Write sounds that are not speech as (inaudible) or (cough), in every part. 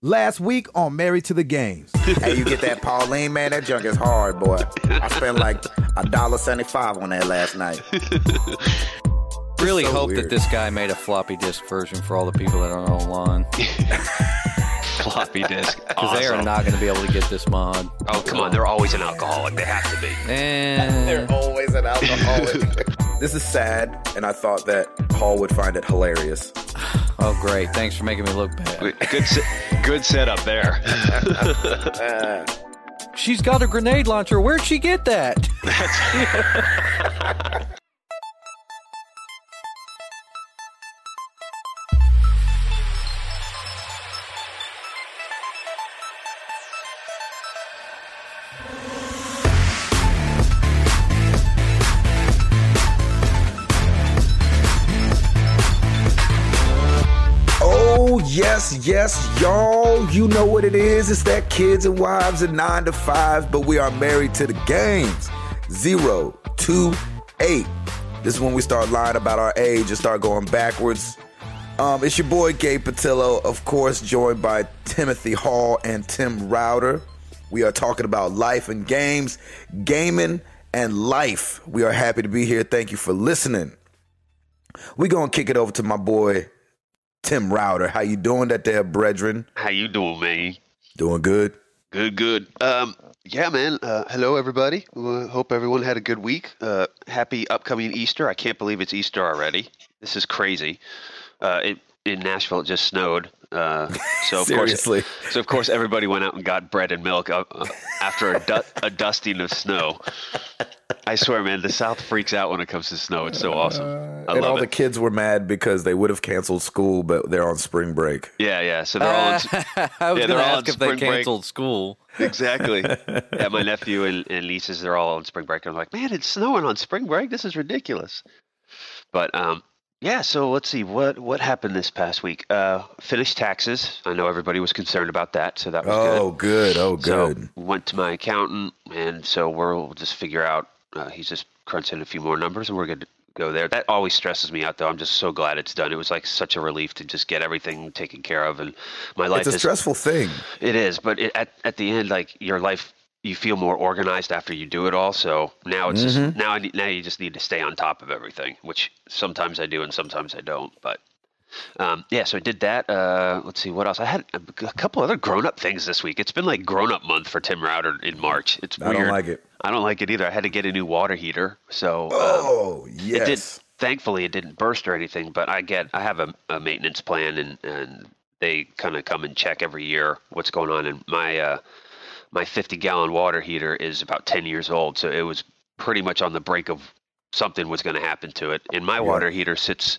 last week on Married to the Games. Hey, you get that Pauline, man? That junk is hard, boy. I spent like a dollar seventy-five on that last night. really so hope weird. that this guy made a floppy disk version for all the people that aren't online because floppy (laughs) disk. they are Awesome. not going to be able to get this mod. Oh come on, they're always an alcoholic. They have to be. (laughs) And Eh, They're always an alcoholic. (laughs) this is sad, and I thought that Paul would find it hilarious. oh, great! Thanks for making me look bad. Good, se- good setup there. She's got a grenade launcher. Where'd she get (laughs) that? Oh, yes, yes, y'all. You know what it is. It's that kids and wives and nine to five, but we are married to the games. Zero, two, eight. This is when we start lying about our age and start going backwards. Um, it's your boy Gabe Patillo, of course, joined by Timothy Hall and Tim Router. We are talking about life and games, gaming and life. We are happy to be here. Thank you for listening. We're gonna kick it over to my boy Tim Router. How you doing that there, brethren? How you doing, man? Doing good. Good, good. Um, yeah, man. Uh, hello, everybody. Uh, hope everyone had a good week. Uh, happy upcoming Easter. I can't believe it's Easter already. This is crazy. Uh, it, in Nashville, it just snowed. Uh, so (laughs) of course, Seriously. so of course, everybody went out and got bread and milk uh, uh, after a, du- a dusting of snow. I swear, man, the South freaks out when it comes to snow. It's so awesome. I Uh, and love all it. the kids were mad because they would have canceled school, but they're on spring break. yeah, yeah. So they're Uh, all in, s- (laughs) I was Yeah, going they're to all ask on if they spring break. canceled school. (laughs) Exactly. yeah, my nephew and, and nieces, they're all on spring break. I'm like, man, it's snowing on spring break. This is ridiculous. But um, yeah, so let's see what what happened this past week. Uh, finished taxes. I know everybody was concerned about that, so that was good. Oh, good. Oh, So good. went to my accountant, and so we'll just figure out. Uh, he's just crunching a few more numbers, and we're going to go there. That always stresses me out, though. I'm just so glad it's done. It was like such a relief to just get everything taken care of, and my life it's a is stressful thing. it is, but it, at at the end, like your life, you feel more organized after you do it all. So now it's Mm-hmm. just now I need, now you just need to stay on top of everything, which sometimes I do and sometimes I don't. But um, yeah, so I did that. Uh, let's see what else. I had a, a couple other grown up things this week. It's been like grown up month for Tim Router in March. It's I weird. don't like it. I don't like it either. I had to get a new water heater, so. um, Oh, it did yes. thankfully it didn't burst or anything but i get i have a, a maintenance plan and and they kind of come and check every year what's going on and my uh my 50 gallon water heater is about 10 years old so it was pretty much on the brink of something was going to happen to it and my water heater sits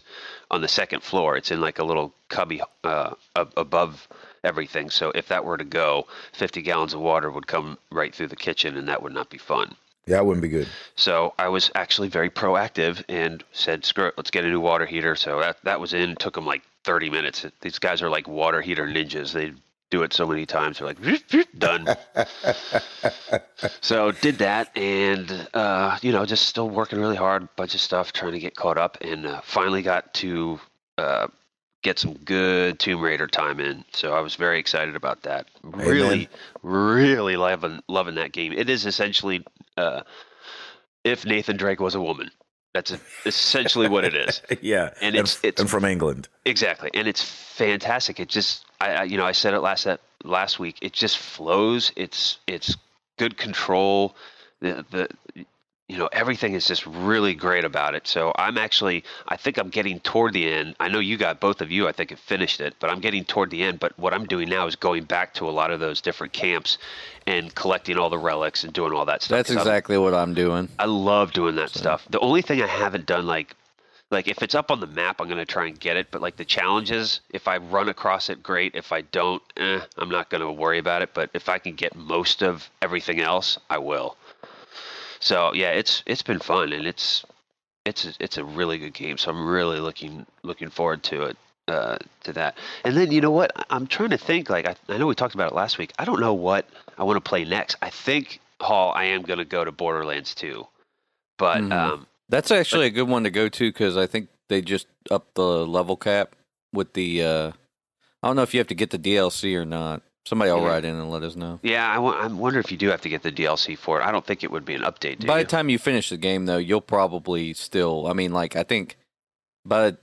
on the second floor it's in like a little cubby uh ab- above everything so if that were to go 50 gallons of water would come right through the kitchen and that would not be fun Yeah, that wouldn't be (laughs) good. so I was actually very proactive and said, "Screw it, let's get a new water heater." So that that was in. Took them like 30 minutes. These guys are like water heater ninjas. They do it so many times. They're like, (laughs) "Vroom, vroom," done. so did that, and uh, you know, just still working really hard, bunch of stuff, trying to get caught up, and uh, finally got to uh, get some good Tomb Raider time in. So I was very excited about that. Really, really loving loving that game. It is essentially. Uh, if Nathan Drake was a woman. That's e, essentially what it is. Yeah. And it's- f- it's- and from England. Exactly, and it's fantastic. It just, I, I you know, I said it last that last week. It just flows. It's it's good control. The the you know everything is just really great about it. So I'm actually, I think I'm getting toward the end. I know you got both of you. I think have finished it, but I'm getting toward the end. But what I'm doing now is going back to a lot of those different camps and collecting all the relics and doing all that stuff. That's 'Cause I'm- exactly what I'm doing. I love doing that stuff. The only thing I haven't done, like, like if it's up on the map, I'm gonna try and get it. But like the challenges, if I run across it, great. If I don't, eh, I'm not gonna worry about it. But if I can get most of everything else, I will. So yeah, it's it's been fun and it's it's a- it's a really good game. So I'm really looking looking forward to it uh, to that. And then you know what? I- I'm trying to think. Like I, I know we talked about it last week. I don't know what I want to play next. I think Hall. I am gonna go to Borderlands 2, but Mhm. um, That's actually a good one to go to because I think they just upped the level cap with the uh, I don't know if you have to get the DLC or not. Somebody will Yeah. write in and let us know. Yeah, I wa- I wonder if you do have to get the DLC for it. I don't think it would be an update. Do by you? the time you finish the game, though, you'll probably still. I mean, like I think, but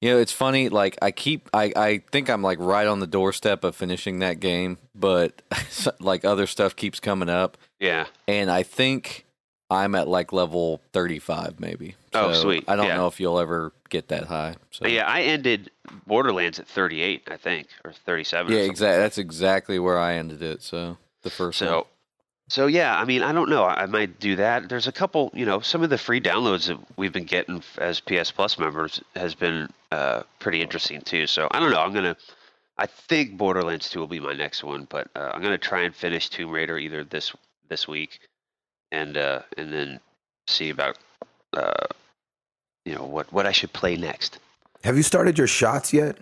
you know, it's funny. Like I keep, I I think I'm like right on the doorstep of finishing that game, but (laughs) like other stuff keeps coming up, yeah, and I think I'm at like level 35, maybe. Oh, sweet. I don't Yeah. know if you'll ever get that high. So. yeah. I ended Borderlands at 38, I think, or 37. or yeah, something. exactly. That's exactly where I ended it. So the first one. So, so yeah, I mean, I don't know. I I might do that. There's a couple, you know, some of the free downloads that we've been getting f- as PS Plus members has been uh, pretty interesting too. So I don't know. I'm gonna, I think Borderlands 2 will be my next one, but uh, I'm gonna try and finish Tomb Raider either this this week, and uh, and then see about, uh, you know, what what I should play next. Have you started your shots yet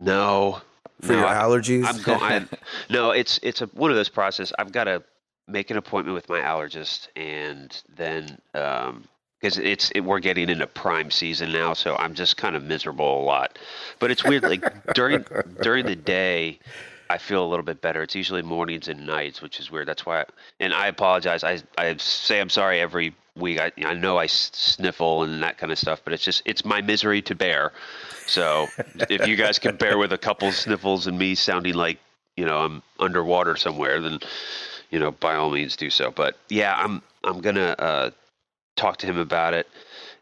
No, for no, your I- allergies? I'm going. I, no, it's it's a, one of those process. I've got to make an appointment with my allergist, and then because it's it, we're getting into prime season now, so I'm just kind of miserable a lot. But it's weird. Like during during the day, I feel a little bit better. It's usually mornings and nights, which is weird. That's why. and I apologize. I I say I'm sorry every week. I I know I s- sniffle and that kind of stuff, but it's just it's my misery to bear. So if you guys can bear with a couple sniffles and me sounding like you know I'm underwater somewhere, then you know by all means do so. But yeah, I'm I'm gonna uh, talk to him about it.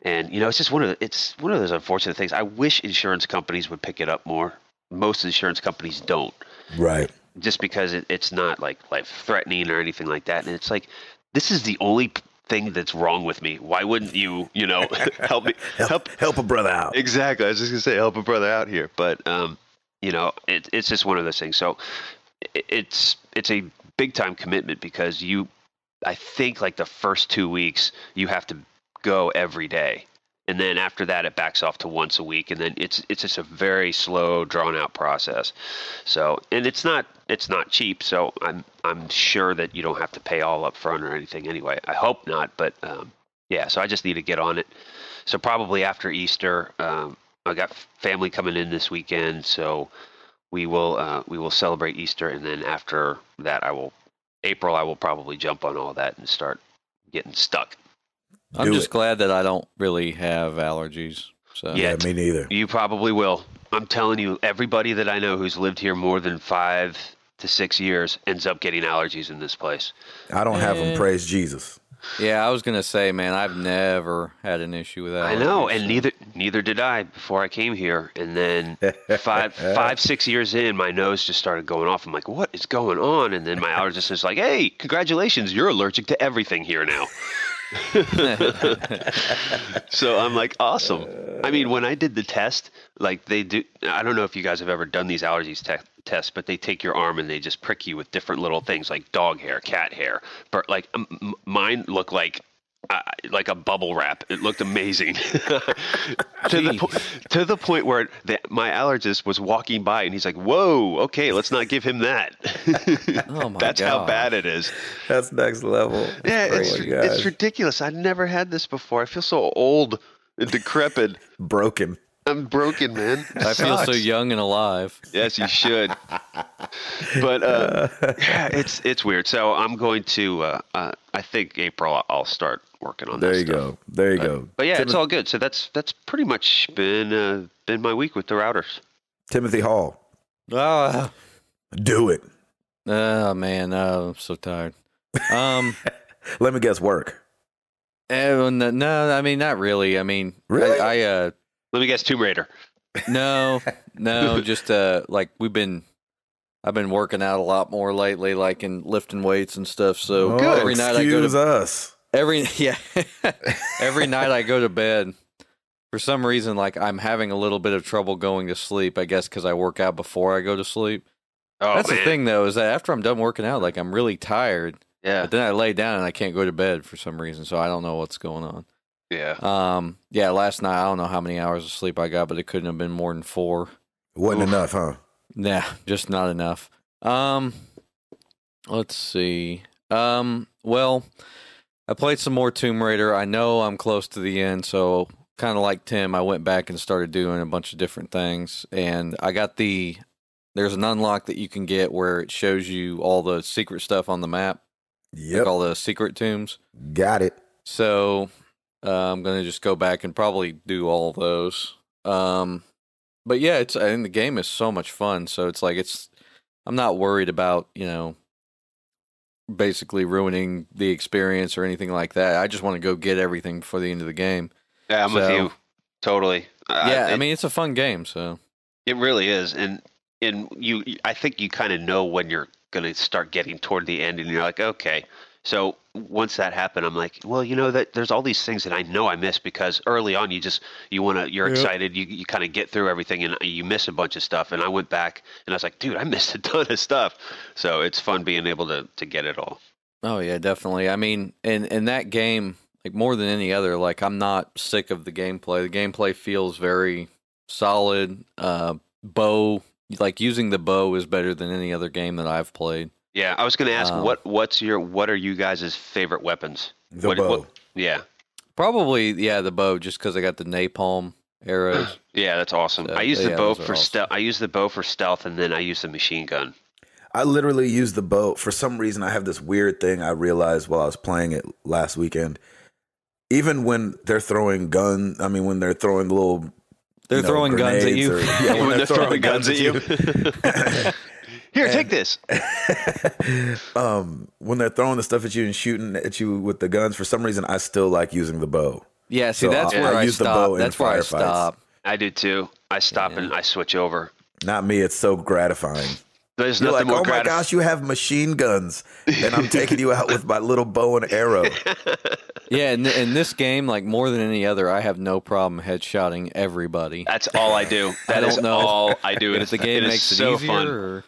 And you know, it's just one of the, it's one of those unfortunate things. I wish insurance companies would pick it up more. Most insurance companies don't right. just because it, it's not like life threatening or anything like that. And it's like, this is the only p- thing that's wrong with me. Why wouldn't you, you know, (laughs) help me? Help help a brother out. Exactly. I was just gonna say, help a brother out here, but um, you know, it, it's just one of those things. So it, it's it's a big time commitment because you, I think, like the first two weeks, you have to go every day, and then after that, it backs off to once a week, and then it's it's just a very slow, drawn out process. So, and it's not it's not cheap. So I'm I'm sure that you don't have to pay all up front or anything anyway. I hope not, but um, yeah. So I just need to get on it. So probably after Easter, um, I got family coming in this weekend, so we will uh, we will celebrate Easter, and then after that, I will April. I will probably jump on all that and start getting stuck. I'm Do just it. glad that I don't really have allergies. So Yeah. Yeah, me neither. You probably will. I'm telling you, everybody that I know who's lived here more than five to six years ends up getting allergies in this place. I don't have Eh. them. Praise Jesus. Yeah, I was gonna say, man, I've never had an issue with that. I know, and neither neither did I before I came here. And then five five six years in, my nose just started going off. I'm like, what is going on? And then my allergist is like, hey, congratulations, you're allergic to everything here now. so I'm like, awesome. I mean, when I did the test, like they do, I don't know if you guys have ever done these allergies te- tests, but they take your arm and they just prick you with different little things like dog hair, cat hair. But like m- m- mine looked like. Uh, like a bubble wrap, it looked amazing. (laughs) to the po- to the point where the, my allergist was walking by and he's like, "Whoa, okay, let's not give him that." (laughs) Oh my That's how God. bad it is. That's next level. Yeah, Oh it's, my it's gosh. ridiculous. I never had this before. I feel so old and decrepit. broken. I'm broken, man. (laughs) I feel so Sucks. young and alive. Yes, you should. but uh, (laughs) yeah, it's it's weird. So I'm going to. Uh, uh, I think April. I'll start working (laughs) on. There that you stuff. go. There you go. But yeah, it's all good. So that's that's pretty much been uh, been my week with the routers. Timothy Hall. Ah, Do it. oh man, oh, I'm so tired. Um, Let me guess. Work. eh, well, no, no, I mean not really. I mean, Really? I, I uh, Let me guess, Tomb Raider. (laughs) no, no, just uh, like we've been, I've been working out a lot more lately, like in lifting weights and stuff. Oh, So every night I go excuse to us. every (laughs) yeah, every night I go to bed. For some reason, like I'm having a little bit of trouble going to sleep. I guess because I work out before I go to sleep. Oh, That's the man. thing, though, is that after I'm done working out, like I'm really tired. Yeah, But then I lay down and I can't go to bed for some reason, so I don't know what's going on. yeah. Um, yeah, last night I don't know how many hours of sleep I got, but it couldn't have been more than four. Wasn't Oof. enough, huh? Nah, just not enough. Um, let's see. Um, well, I played some more Tomb Raider. I know I'm close to the end, so kind of like Tim, I went back and started doing a bunch of different things, and I got the There's an unlock that you can get where it shows you all the secret stuff on the map, Yep. like all the secret tombs. Got it. So uh, I'm gonna just go back and probably do all those. Um, but yeah, it's and the game is so much fun. So it's like it's I'm not worried about you know basically ruining the experience or anything like that. I just want to go get everything before the end of the game. Yeah, I'm with So- you. Totally. yeah, it, I mean it's a fun game. So it really is, and and you, I think you kind of know when you're gonna start getting toward the end, and you're like, okay. So once that happened, I'm like, well, you know that there's all these things that I know I missed because early on you just you want to you're Yep. excited, you you kind of get through everything, and you miss a bunch of stuff. And I went back and I was like, dude, I missed a (laughs) ton of stuff. So it's fun being able to to get it all. Oh yeah, definitely. I mean, and and that game, like more than any other, like I'm not sick of the gameplay. The gameplay feels very solid. Uh, bow, like using the bow is better than any other game that I've played. Yeah, I was gonna ask Um, what what's your what are you guys' favorite weapons? The What- bow. what- Yeah. Probably, yeah, the bow, just because I got the napalm arrows. Yeah, that's awesome. So, I use the yeah, bow those are for awesome. stealth. I use the bow for stealth, and then I use the machine gun. I literally use the bow. For some reason, I have this weird thing I realized while I was playing it last weekend. Even when they're throwing gun, I mean, when they're throwing little, (clears throat) They're you know, throwing guns at grenades you. (laughs) or- yeah, (laughs) when, they're, throwing, guns, at you. (laughs) (laughs) Here, take this. um, when they're throwing the stuff at you and shooting at you with the guns, for some reason, I still like using the bow. yeah, see, So that's I- where I I, use the bow stop. in That's where I firefights. stop. I do too. I stop and I switch over. Not me. It's so gratifying. There's You're like, nothing more oh my gratifying. gosh, you have machine guns, and I'm taking you out with my little bow and arrow. Yeah, in, in this game, like more than any other, I have no problem headshotting everybody. (laughs) That's all (laughs) I do. That don't is know if- all I do. if (laughs) It is the game it is makes so it easier. fun. or-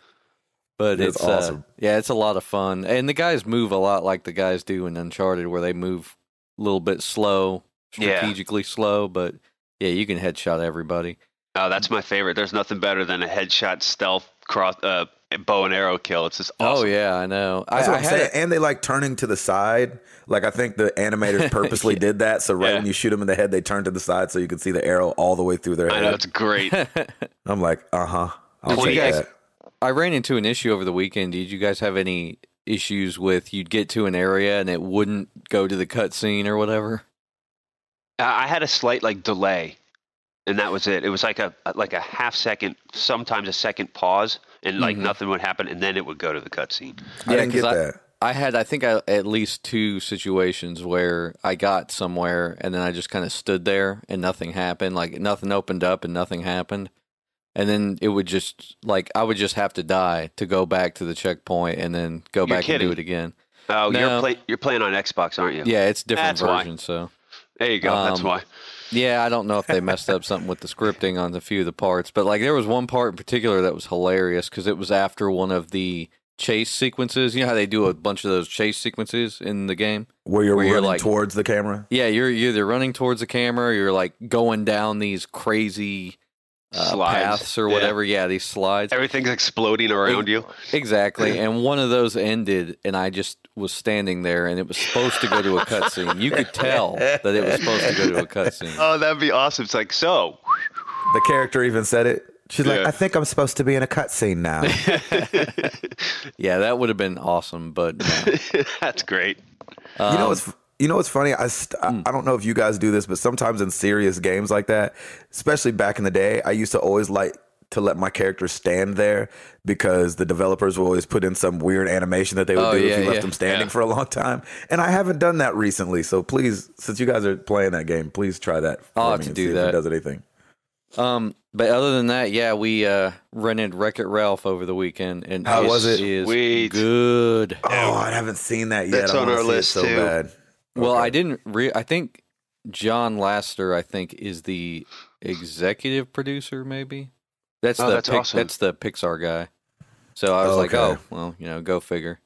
but That's it's uh, awesome. yeah, it's a lot of fun, and the guys move a lot like the guys do in Uncharted, where they move a little bit slow, Yeah. strategically slow. But yeah, you can headshot everybody. Oh, that's my favorite. There's nothing better than a headshot stealth cross uh, bow and arrow kill. It's just Oh awesome. yeah, I know. I, That's what I I'm had saying. it- And they like turning to the side. Like I think the animators purposely did that. So right Yeah. when you shoot them in the head, they turn to the side so you can see the arrow all the way through their I know head. it's great. I'm like, uh huh. I'll Did you take guys- that. (laughs) I ran into an issue over the weekend. Did you guys have any issues with you'd get to an area and it wouldn't go to the cutscene or whatever? Uh, I I had a slight like delay, and that was it. It was like a like a half second, sometimes a second pause, and like Mhm. nothing would happen, and then it would go to the cutscene. I didn't 'cause get that. I had, I think, I, at least two situations where I got somewhere and then I just kind of stood there and nothing happened. Like nothing opened up and nothing happened. And then it would just like I would just have to die to go back to the checkpoint and then go You're back kidding. and do it again. Oh, you're No. play, you're playing on Xbox, aren't you? Yeah, it's different That's why. version. So There you go. that's Um, why. yeah, I don't know if they messed up something with the scripting on a few of the parts, but like there was one part in particular that was hilarious because it was after one of the chase sequences. You know how they do a bunch of those chase sequences in the game. Where you're where you're running like- towards the camera. Yeah, you're you're either running towards the camera, or you're like going down these crazy uh, Slides. paths or Yeah. whatever. Yeah, these slides. Everything's exploding around you. Exactly. And one of those ended, and I just was standing there, and it was supposed to go to a cutscene. You could tell that it was supposed to go to a cutscene. Oh, that'd be awesome. It's like so. (laughs) The character even said it. She's like, Yeah. I think I'm supposed to be in a cutscene now. Yeah, that would have been awesome, but no. that's great. you Um, know what's you know what's funny? I st- hmm. I- I don't know if you guys do this, but sometimes in serious games like that, especially back in the day, I used to always like to let my character stand there because the developers would always put in some weird animation that they would Oh, do yeah, if you left yeah, them standing yeah. for a long time. And I haven't done that recently, so please, since you guys are playing that game, please try that. For I'll have me to and do see If it that. does anything? um, but other than that, yeah, we uh, rented Wreck It Ralph over the weekend, and How was it? is Sweet. good. Oh, I haven't seen that yet. That's I on wanna our see it list, so too. Bad. Well, Okay. I didn't. Re- I think John Laster, I think, is the executive producer. Maybe that's Oh, the that's awesome. that's the Pixar guy. So I was like, Okay. oh, well, you know, go figure.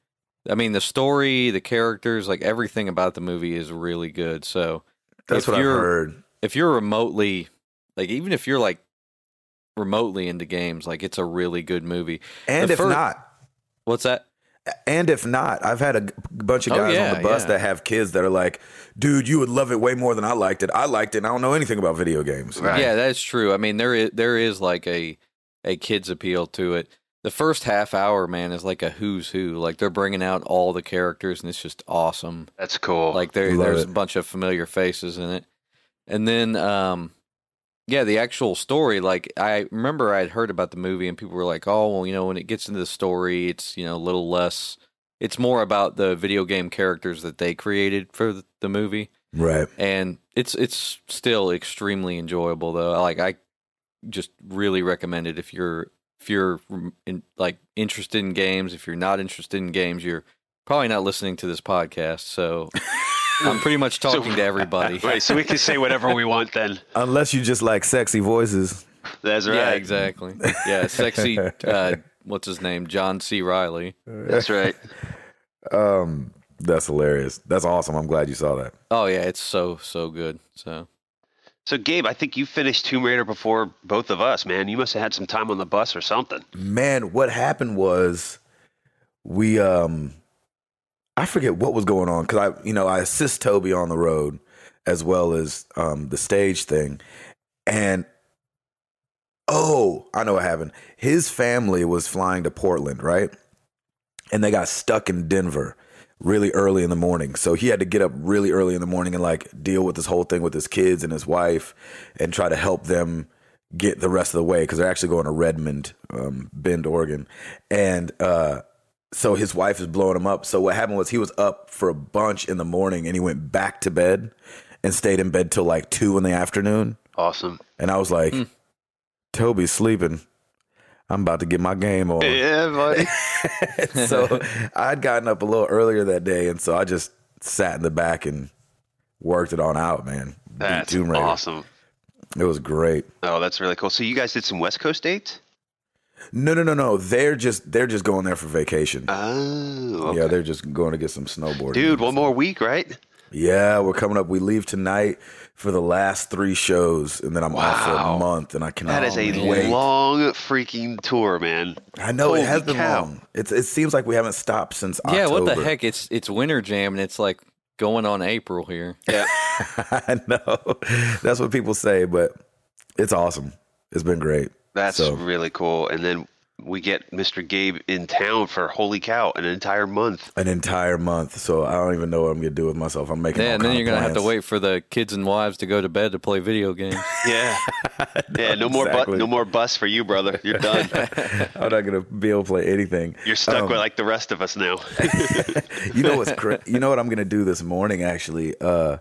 I mean, the story, the characters, like everything about the movie is really good. So That's if what I've you're- heard. if you're remotely, like, even if you're like remotely into games, like it's a really good movie. And the if fir- not, What's that? And if not, I've had a g- bunch of Oh, guys yeah, on the bus yeah. that have kids that are like, dude, you would love it way more than I liked it. I liked it and I don't know anything about video games. Right. Yeah, that's true. I mean, there is there is like a a kids appeal to it. the first half hour, man, is like a who's who. Like they're bringing out all the characters, and it's just awesome. That's cool. Like there, Oh, Love there's it. a bunch of familiar faces in it, and then, um, yeah, the actual story. Like I remember, I'd heard about the movie, and people were like, "Oh, well, you know, when it gets into the story, it's you know a little less. It's more about the video game characters that they created for the, the movie." Right. and it's it's still extremely enjoyable though like i just really recommend it if you're if you're in, like interested in games if you're not interested in games you're probably not listening to this podcast so i'm pretty much talking to (laughs) everybody Wait, so we can say whatever we want then. Unless you just like sexy voices. That's right. (laughs) yeah exactly yeah sexy uh what's his name john c riley That's right. Um, that's hilarious. That's awesome. I'm glad you saw that. oh yeah it's so so good so So Gabe, I think you finished Tomb Raider before both of us, man. You must have had some time on the bus or something. Man, what happened was we um I forget what was going on cuz I you know, I assist Toby on the road as well as um the stage thing. And oh, I know what happened. His family was flying to Portland, right? And they got stuck in Denver really early in the morning. So he had to get up really early in the morning and like deal with this whole thing with his kids and his wife and try to help them get the rest of the way because they're actually going to Redmond, um, Bend, Oregon. And uh, so his wife is blowing him up. So what happened was he was up for a bunch in the morning and he went back to bed and stayed in bed till like two in the afternoon. Awesome. Hmm. And I was like, Toby's sleeping. I'm about to get my game on. Yeah, buddy. (laughs) so I'd gotten up a little earlier that day, and so I just sat in the back and worked it on out, man. Beat That's Tomb Raider. awesome. It was great. Oh, that's really cool. So you guys did some West Coast dates? No, no, no, no. They're just they're just going there for vacation. Oh, Yeah, okay. they're just going to get some snowboarding. dude, one more week, right? Yeah, we're coming up. We leave tonight for the last three shows, and then I'm off for a Wow. month, and I cannot. That is a wait. Oh, long freaking (laughs) tour, man. I know holy it has been cow. long. It's it seems like we haven't stopped since yeah October. what the heck it's it's winter jam and it's like going on april here Yeah. (laughs) I know. That's what people say, but it's awesome. It's been great. That's So- really cool. And then we get Mr. Gabe in town for holy cow, an entire month. An entire month. So I don't even know what I'm gonna do with myself. I'm making. yeah, all and then kind you're of gonna have to plans. wait for the kids and wives to go to bed to play (laughs) video games. Yeah. (laughs) yeah, no more bu- Exactly. no more bus for you, brother. You're done. (laughs) I'm not gonna be able to play anything. You're stuck Um, with like the rest of us now. (laughs) you know what's cra- you know what I'm gonna do this morning actually. Uh,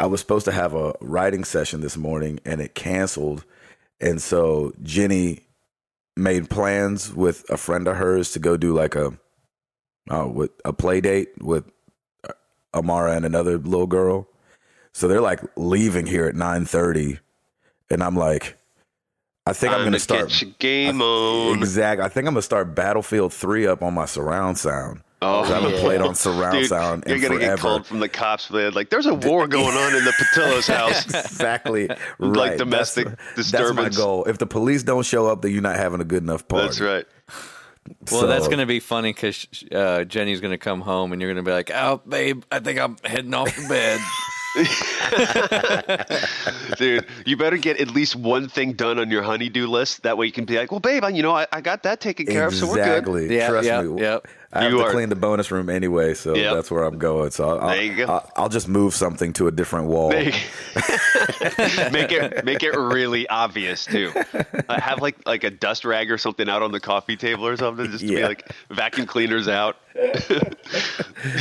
I was supposed to have a writing session this morning and it canceled, and so Jenny made plans with a friend of hers to go do like a uh, with a play date with uh, Amara and another little girl. So they're like leaving here at nine thirty, and I'm like, I think I'm Time gonna to start Get your game on. Exactly. I think I'm gonna start Battlefield Three up on my surround sound. Oh, 'Cause I haven't yeah. played on surround Dude, sound You're in gonna forever. get called from the cops, man. Like, there's a (laughs) war going on in the Patillo's house. (laughs) exactly. Right. domestic that's, That's disturbance. my goal. If the police don't show up, then you're not having a good enough party. That's right. Well, that's So- gonna be funny because uh, Jenny's gonna come home and you're gonna be like, "Oh, babe, I think I'm heading off (laughs) to bed." Dude, you better get at least one thing done on your honeydew list. That way you can be like, well, babe, I, you know, I, I got that taken care of, so we're good. Exactly. Yeah, Trust yeah, me. yeah. I have You to are- clean the bonus room anyway, so Yep. that's where I'm going. So I'll, There you go. I'll, I'll just move something to a different wall. Make, (laughs) make it make it really obvious too. Uh, have like like a dust rag or something out on the coffee table or something, just to be Yeah. Oh. like vacuum cleaners out. So (laughs)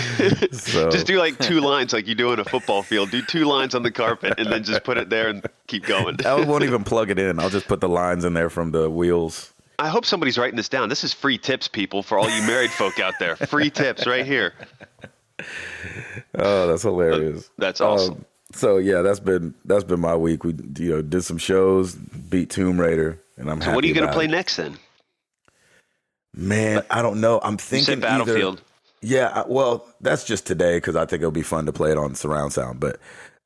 Just do like two lines, like you do in a football field. Do two lines on the carpet, and then just put it there and keep going. (laughs) I won't even plug it in. I'll just put the lines in there from the wheels. I hope somebody's writing this down. This is free tips, people, for all you married folk out there. Free tips right here. Oh, that's hilarious. (laughs) That's awesome. Um, so yeah, that's been that's been my week. We you know did some shows, beat Tomb Raider, and I'm So happy. what are you going gonna to play next then? Man, I don't know. I'm You thinking said either- Battlefield. yeah, I, well, that's just today because I think it'll be fun to play it on surround sound. But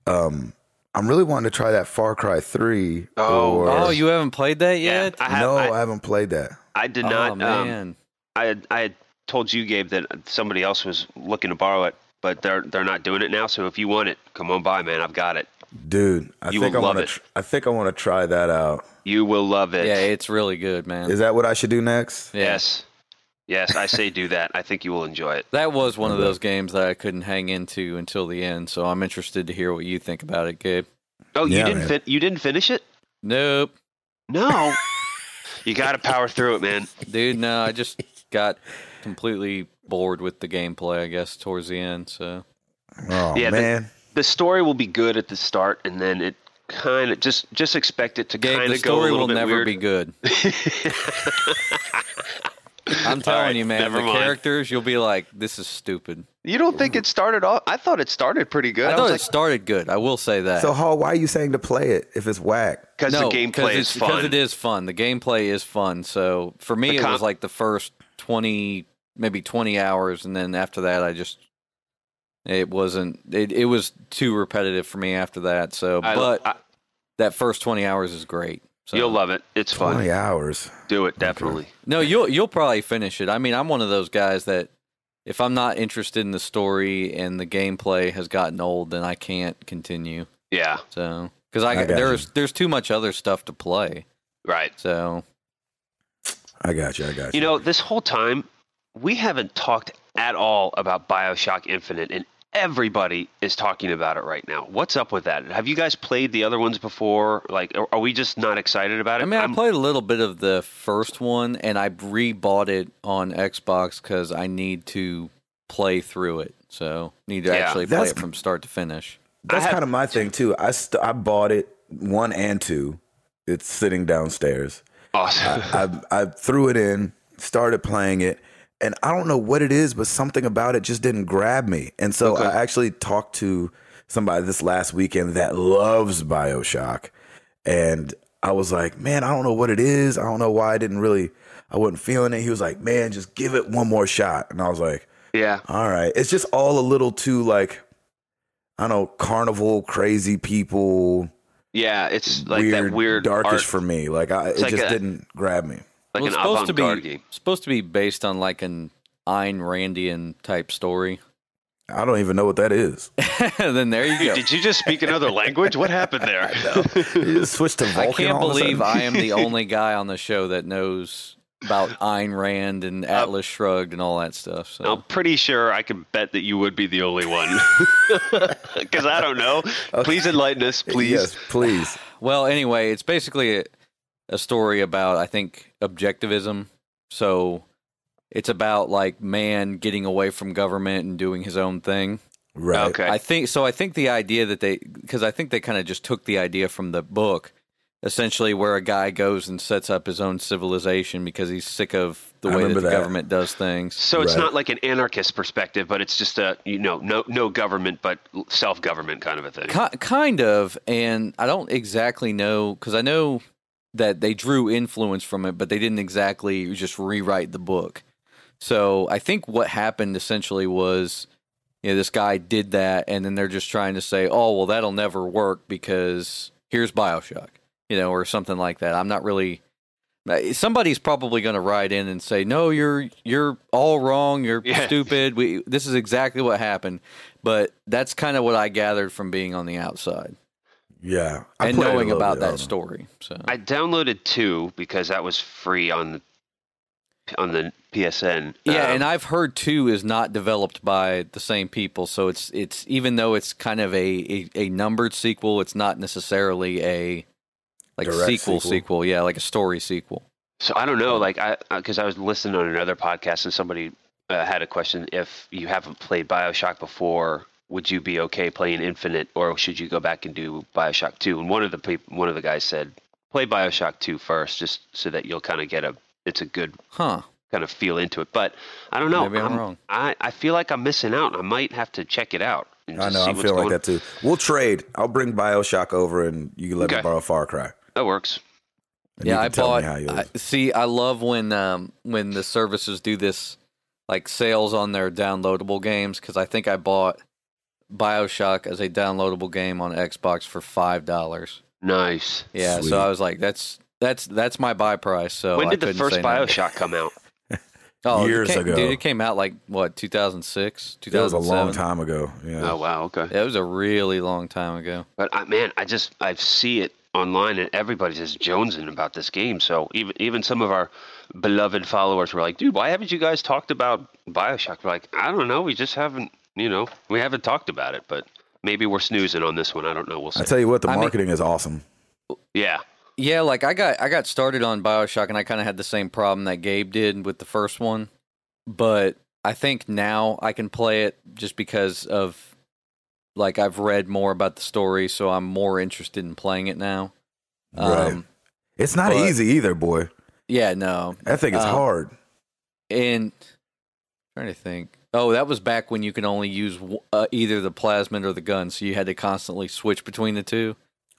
um, I'm really wanting to try that Far Cry Three. Oh. or, oh, you haven't played that Yeah, yet? I have. no, I, I, haven't played that. I did oh not. um, man, I had, I had told you, Gabe, that somebody else was looking to borrow it, but they're they're not doing it now. So if you want it, come on by, man. I've got it. Dude, I You think I will love want to. it. Tr- I think I want to try that out. You will love it. Yeah, it's really good, man. Is that what I should do next? Yeah. Yes. Yes, I say do that. I think you will enjoy it. That was one of those games that I couldn't hang into until the end, so I'm interested to hear what you think about it, Gabe. Oh, Yeah, you didn't man. fin- you didn't finish it? Nope. No. you got to power through it, man. Dude, no, (laughs) I just got completely bored with the gameplay, I guess, towards the end, so Oh Yeah, the- man, The story will be good at the start and then it kind of just just expect it to Gabe, kind the of go a story little will bit never weird. be (laughs) good. I'm telling right, you, man, never the mind. characters, you'll be like, this is stupid. You don't think it started off? I thought it started pretty good. I I, thought it was started good. I will say that. so Hall, why are you saying to play it if it's whack? because no, the 'cause gameplay it's- is fun. Because it is fun. The gameplay is fun. So for me, The it com- was like the first twenty, maybe twenty hours, and then after that, I just it wasn't. It, it was too repetitive for me after that. So, I- but I- that first twenty hours is great. So. You'll love it. It's fun. Twenty hours. Do it definitely. No, you'll you'll probably finish it. I mean, I'm one of those guys that if I'm not interested in the story and the gameplay has gotten old, then I can't continue. Yeah. So because I, I got there's there's too much other stuff to play. Right. So I got you. I got you. You know, this whole time we haven't talked at all about BioShock Infinite and everybody is talking about it right now. What's up with that? Have you guys played the other ones before? Like are, are we just not excited about it? I mean, I'm- I played a little bit of the first one, and I re-bought it on Xbox because I need to play through it. So need to Yeah. actually play That's- it from start to finish. That's I have- kind of my thing too. I st- I bought it one and two. It's sitting downstairs. awesome. (laughs) I, I I threw it in, started playing it, and I don't know what it is, but something about it just didn't grab me. And so I actually talked to somebody this last weekend that loves Bioshock, and I was like, man, I don't know what it is. I don't know why I didn't really. I wasn't feeling it. He was like, man, just give it one more shot. And I was like, yeah. all right. It's just all a little too like, I don't know, carnival, crazy people, Yeah, it's like weird, that weird darkish art, for me. Like I, it like just a- didn't grab me. like Well, an it's supposed to avant-garde be game. supposed to be based on like an Ayn Randian type story. (laughs) I don't even know what that is. then there (laughs) you go. Did you just (laughs) speak another language? What happened there? You (laughs) just switched to Vulcan. I can't all of a believe sudden? I am the only guy on the show that knows about Ayn Rand Uh, and Atlas Shrugged and all that stuff. So I'm pretty sure I can bet that you would be the (laughs) only one. (laughs) Because I don't know. Please enlighten us, please. (laughs) Yes, please. Well, anyway, it's basically a, a story about I think objectivism. So it's about like man getting away from government and doing his own thing. Right. Okay. I think so. I think the idea that they because I think they kind of just took the idea from the book, essentially where a guy goes and sets up his own civilization because he's sick of the I way that remember the that. government does things. So it's Right. not like an anarchist perspective, but it's just a you know no no government but self government kind of a thing. Ki kind of, and I don't exactly know because I know that they drew influence from it, but they didn't exactly just rewrite the book. So I think what happened essentially was, you know, this guy did that, and then they're just trying to say, oh, well, that'll never work because here's Bioshock, you know, or something like that. I'm not really. Somebody's probably going to write in and say, "No, you're you're all wrong. You're Yeah. stupid. We this is exactly what happened." But that's kind of what I gathered from being on the outside Yeah. I played a and knowing little about bit that of it. story. So I downloaded two because that was free on the on the PSN. Yeah, Um, and I've heard two is not developed by the same people, so it's it's even though it's kind of a a, a numbered sequel, it's not necessarily a like Direct sequel, sequel. sequel yeah, like a story sequel. So I don't Oh. know, like I because I was listening on another podcast and somebody uh, had a question: if you haven't played Bioshock before, would you be okay playing Infinite, or should you go back and do Bioshock Two? And one of the peop one of the guys said, play Bioshock Two first, just so that you'll kind of get a it's a good Huh? kind of feel into it. But I don't know. Maybe I'm I'm- wrong. I I feel like I'm missing out. I might have to check it out. And I just know. see I'm what's feeling like going- that too. We'll trade. I'll bring Bioshock over, and you can let me Okay. borrow Far Cry. That works. And Yeah, you can I tell bought. Me how you I, see, I love when um when the services do this like sales on their downloadable games because I think I bought Bioshock as a downloadable game on Xbox for five dollars. Nice. Yeah, Sweet. so I was like, that's that's that's my buy price. So when Oh, I did the couldn't (laughs) first say no. Bioshock come out? Oh, Years it came, ago. dude, it came out like what 2006, That was a 2007. long time ago. Yeah. Oh wow, okay. That was a really long time ago. But I, man, I just I see it online and everybody's just jonesing about this game. So even even some of our beloved followers were like, "Dude, why haven't you guys talked about BioShock?" We're like, "I don't know. We just haven't. You know, we haven't talked about it. But maybe we're snoozing on this one. I don't know. We'll see." I tell you what, the I mean- marketing is awesome. yeah. Yeah, like I got I got started on BioShock and I kind of had the same problem that Gabe did with the first one. But I think now I can play it just because of like I've read more about the story, so I'm more interested in playing it now. right. It's not um, but- easy either, boy. yeah, no. That thing is Uh, hard. And trying to think. Oh, that was back when you could only use w- uh, either the plasmid or the gun, so you had to constantly switch between the two.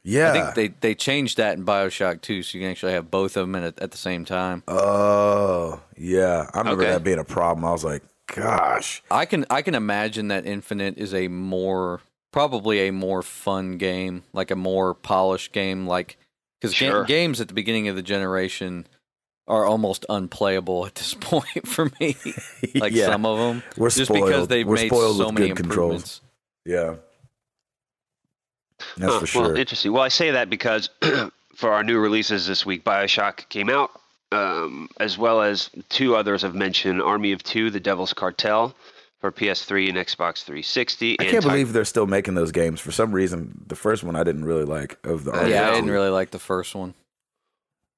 Yeah. I think they they changed that in BioShock too, so you can actually have both of them at, at the same time. oh, yeah. I remember Okay. that being a problem. I was like, gosh. (laughs) I can I can imagine that Infinite is a more probably a more fun game, like a more polished game, like because Sure. games at the beginning of the generation are almost unplayable at this (laughs) point for (laughs) me. Like yeah. some of them, We're just spoiled. because they've We're made spoiled so with many good controls. improvements. Yeah. That's Huh, for sure. Well, interesting. Well, I say that because (clears throat) for our new releases this week, Bioshock came out, um, as well as two others I've mentioned: Army of Two, The Devil's Cartel, for PS3 and Xbox 360. I and can't Ty- believe they're still making those games. For some reason, the first one I didn't really like of the I Yeah, I know. didn't really like the first one.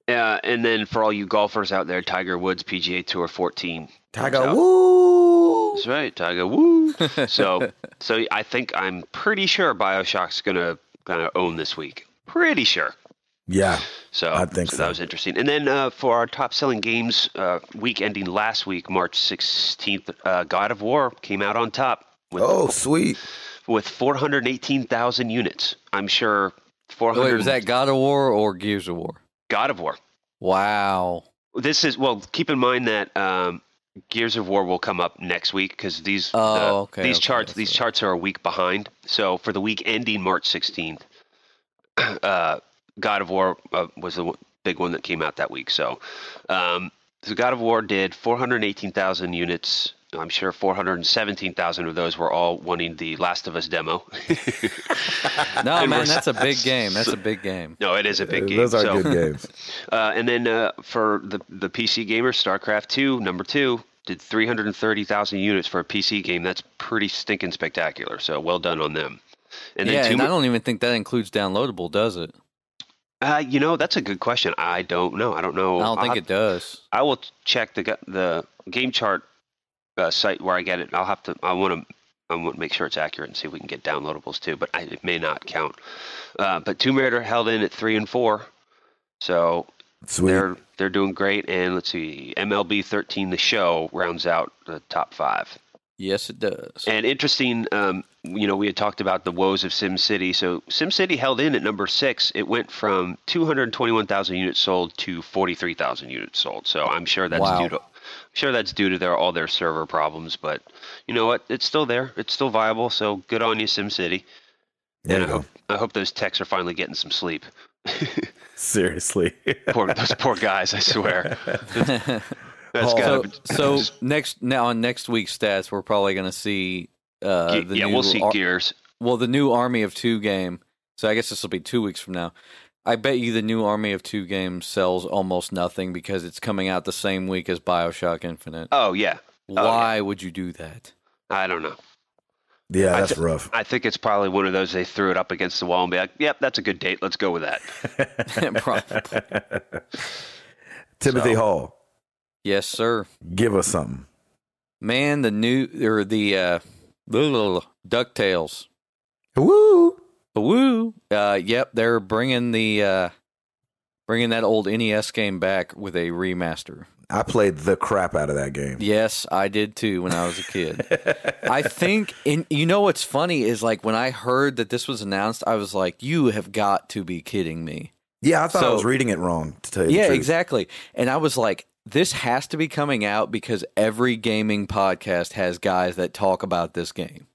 Uh, and then for all you golfers out there, Tiger Woods PGA Tour 14. Tiger So- Woo. That's right, (laughs) Tiger. Woo! so, so I think I'm pretty sure Bioshock's gonna gonna own this week. Pretty sure. Yeah. So I think so. that was interesting. And then uh, for our top selling games uh, week ending last week, March 16th, uh, God of War came out on top with, Oh, sweet. with 418,000 units. I'm sure 400 Wait, was that God of War or Gears of War? God of War. Wow. This is well. Keep in mind that um, Gears of War will come up next week because these Oh, uh, okay, these okay, charts that's these right. charts are a week behind. So for the week ending March sixteenth, (clears throat) uh, God of War uh, was the one- big one that came out that week. So, um, so God of War did four hundred eighteen thousand units. I'm sure 417,000 of those were all wanting the Last of Us demo. (laughs) No, man, And we're- that's a big game. That's a big game. no, it is a big game. Uh, Those are so, good games. uh, and then uh, for the the PC gamer, StarCraft two, number two, did three hundred and thirty thousand units for a PC game. That's pretty stinking spectacular. So well done on them. And yeah, then and two, I don't even think that includes downloadable, does it? uh, you know, that's a good question. I don't know. I don't know. I don't think I'll it does. I will check the gu- the game chart uh, site where I get it. I'll have to. I want to. I want to make sure it's accurate and see if we can get downloadables too. But I, it may not count. Uh, but Tomb Raider held in at three and four. So Sweet. They're they're doing great, and let's see, MLB 13, the show rounds out the top five. Yes, it does. And interesting, um, you know, we had talked about the woes of SimCity. So SimCity held in at number six. It went from 221,000 units sold to 43,000 units sold. So I'm sure that's Wow. due to. I'm Sure, that's due to their all their server problems, but you know what? It's still there. It's still viable. So good on you, SimCity. there you and I go. hope, I hope those techs are finally getting some sleep. (laughs) Seriously. Poor those poor guys. I swear. (laughs) That's Oh. gotta so, be so (laughs) next now on next week's stats, we're probably going to see uh, Ge- the yeah, new we'll see ar- Gears. well the new Army of Two game. So I guess this will be two weeks from now. I bet you the new Army of Two game sells almost nothing because it's coming out the same week as Bioshock Infinite. Oh yeah, yeah. Why would you do that? (laughs) I don't know. Yeah, I that's th- rough. I think it's probably one of those they threw it up against the wall and be like, "Yep, that's a good date. Let's go with that." (laughs) Probably. Timothy So- Hall, Yes, sir. give us something. Man, the new or the uh, (laughs) little Ducktales Woo. Woo! Uh, yep, they're bringing the uh, bringing that old NES game back with a remaster. I played the crap out of that game. Yes, I did too when I was a (laughs) kid. I think, and you know what's funny is like when I heard that this was announced, I was like, "You have got to be kidding me!" Yeah, I thought I So- was reading it wrong, to tell you the Yeah, truth. exactly. And I was like, "This has to be coming out because every gaming podcast has guys that talk about this game."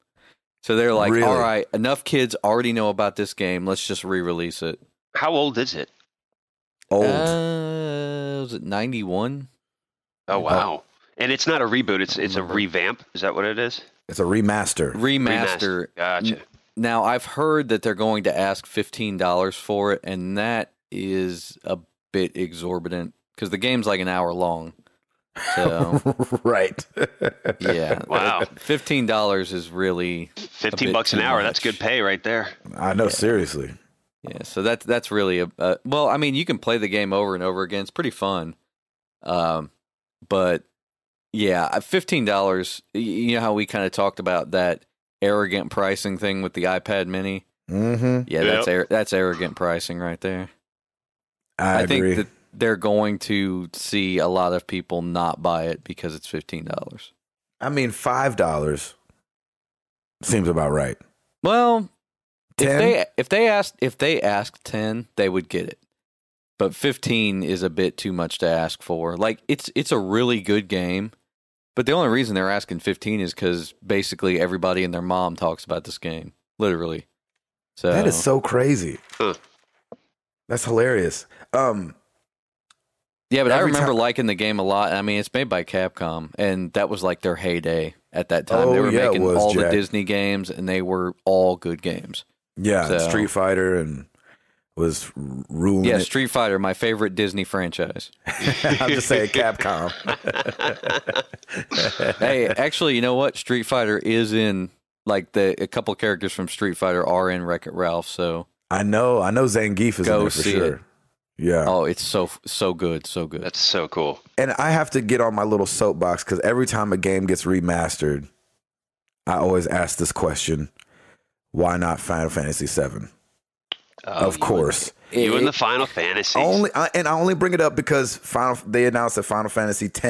So they're like, Really? "All right, enough kids already know about this game. Let's just re-release it." How old is it? Old. Uh, was it 91? Oh wow! And it's not a reboot. It's it's a revamp. Is that what it is? It's a remaster. (laughs) Remaster. Gotcha. Now I've heard that they're going to ask fifteen dollars for it, and that is a bit exorbitant because the game's like an hour long. (laughs) So right. yeah, Wow. fifteen dollars is really Fifteen bit bucks an too hour. much. That's good pay right there. (laughs) I know, seriously. yeah. So that's that's really a uh, well. I mean, you can play the game over and over again. It's pretty fun. Um, but yeah, I- fifteen dollars. You know how we kind of talked about that arrogant pricing thing with the iPad Mini. Mm-hmm. Yeah, that's ar- that's arrogant pricing right there. I, I, agree. think that they're going to see a lot of people not buy it because it's fifteen dollars. I mean, five dollars seems about right. Well, if Ten. they if they asked if they asked ten, they would get it. But fifteen is a bit too much to ask for. Like it's it's a really good game, but the only reason they're asking fifteen is because basically everybody and their mom talks about this game, literally. So That is so crazy. Huh. That's hilarious. Um, yeah, but I every remember time- liking the game a lot. I mean, it's made by Capcom, and that was like their heyday at that time. Oh, they were yeah, it making was, all Jack. the Disney games, and they were all good games. yeah, So- Street Fighter and was r- ruling. Yeah, it. Street Fighter, my favorite Disney franchise. (laughs) I'm just saying Capcom. hey, actually, you know what? Street Fighter is in like the a couple characters from Street Fighter are in Wreck It Ralph. So I know. I know Zangief is in Go there for see sure. it. Yeah. oh, it's so so good, so good. That's so cool. And I have to get on my little soapbox because every time a game gets remastered, I always ask this question: Why not Final Fantasy VII? Oh, of you course. and- you It- and the Final Fantasy. Only I, and I only bring it up because final they announced that Final Fantasy X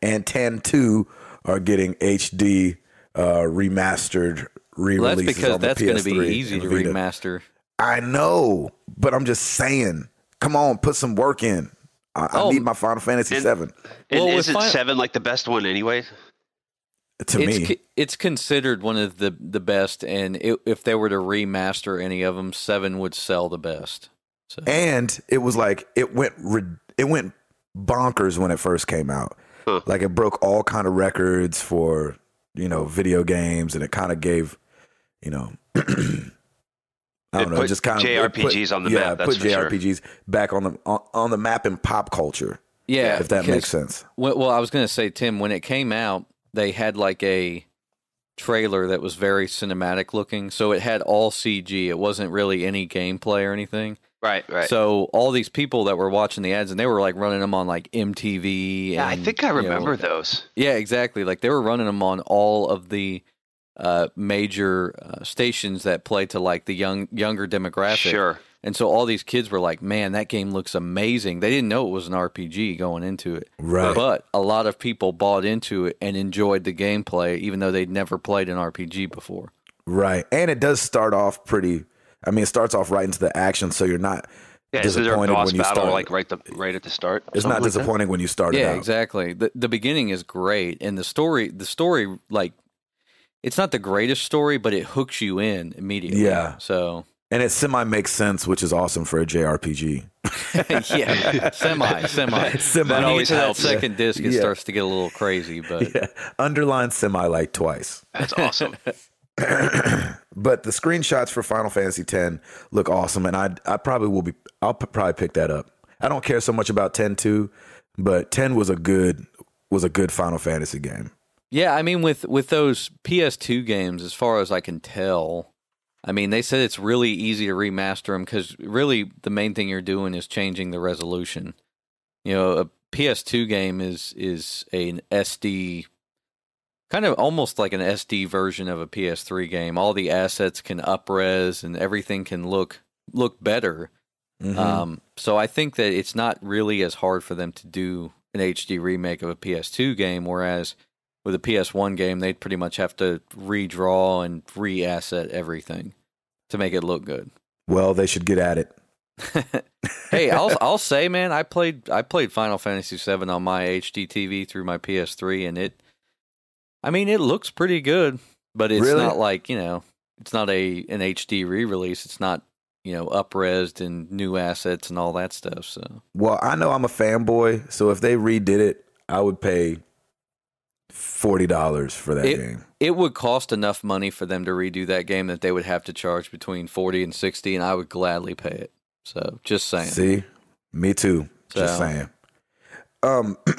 and X two are getting HD uh, remastered re-releases well, that's on the because that's going to be PS3 easy and to Vita. remaster. I know, but I'm just saying, come on, put some work in. I, Oh, I need my Final Fantasy and- seven And Well, with isn't Final- seven like the best one anyway? to it's me. co- it's considered one of the the best, and it, if they were to remaster any of them, Seven would sell the best. So and it was like it went re- it went bonkers when it first came out Huh. like it broke all kind of records for you know video games and it kind of gave you know (clears throat) i don't It know put just kind of JRPGs on the yeah, map, it that's put for sure. jrpgs back on the on, on the map in pop culture yeah, if that because- makes sense Well, well, I was going to say, Tim, when it came out, they had like a trailer that was very cinematic looking. So it had all CG. It wasn't really any gameplay or anything. Right, right. So all these people that were watching the ads and they were like running them on like MTV. yeah, I and, think I you know, remember those. yeah, exactly. Like they were running them on all of the uh, major uh, stations that play to like the young younger demographic. Sure. And so all these kids were like, "Man, that game looks amazing." They didn't know it was an RPG going into it. Right. But a lot of people bought into it and enjoyed the gameplay even though they'd never played an RPG before. right and it does start off pretty i mean it starts off right into the action so you're not Yeah, isn't there a disappointed boss when you battle start like right the right at the start? it's not Something like that? disappointing when you start it yeah, out exactly. The the beginning is great and the story the story like it's not the greatest story, but it hooks you in immediately. Yeah. So and it semi makes sense which is awesome for a jrpg (laughs) yeah, semi, semi. Semi. That always That helps. helps. Second disc, it Yeah. starts to get a little crazy, but yeah. (laughs) underline semi like twice. That's awesome. But the screenshots for Final Fantasy X look awesome, and I I probably will be I'll p- probably pick that up. I don't care so much about 10 2, but 10 was a good was a good Final Fantasy game. yeah. I mean, with with those PS2 games, as far as I can tell, I mean, they said it's really easy to remaster them because really the main thing you're doing is changing the resolution. You know, a PS2 game is is an SD. Kind of almost like an SD version of a PS3 game. All the assets can upres and everything can look look better Mm-hmm. Uh, Um, so I think that it's not really as hard for them to do an HD remake of a PS2 game, whereas with a PS1 game, they'd pretty much have to redraw and re-asset everything to make it look good. well, they should get at it. hey, I'll I'll say, man, I played I played Final Fantasy VII on my HD TV through my PS3, and it, I mean, it looks pretty good, but it's Really? not like you know, it's not a an HD re-release. It's not you know upresed and new assets and all that stuff. So Well, I know I'm a fanboy, so if they redid it, I would pay forty dollars for that It- game. It would cost enough money for them to redo that game that they would have to charge between 40 and 60 and I would gladly pay it. So, just saying. See, me too. Just So- saying. Um, (clears throat)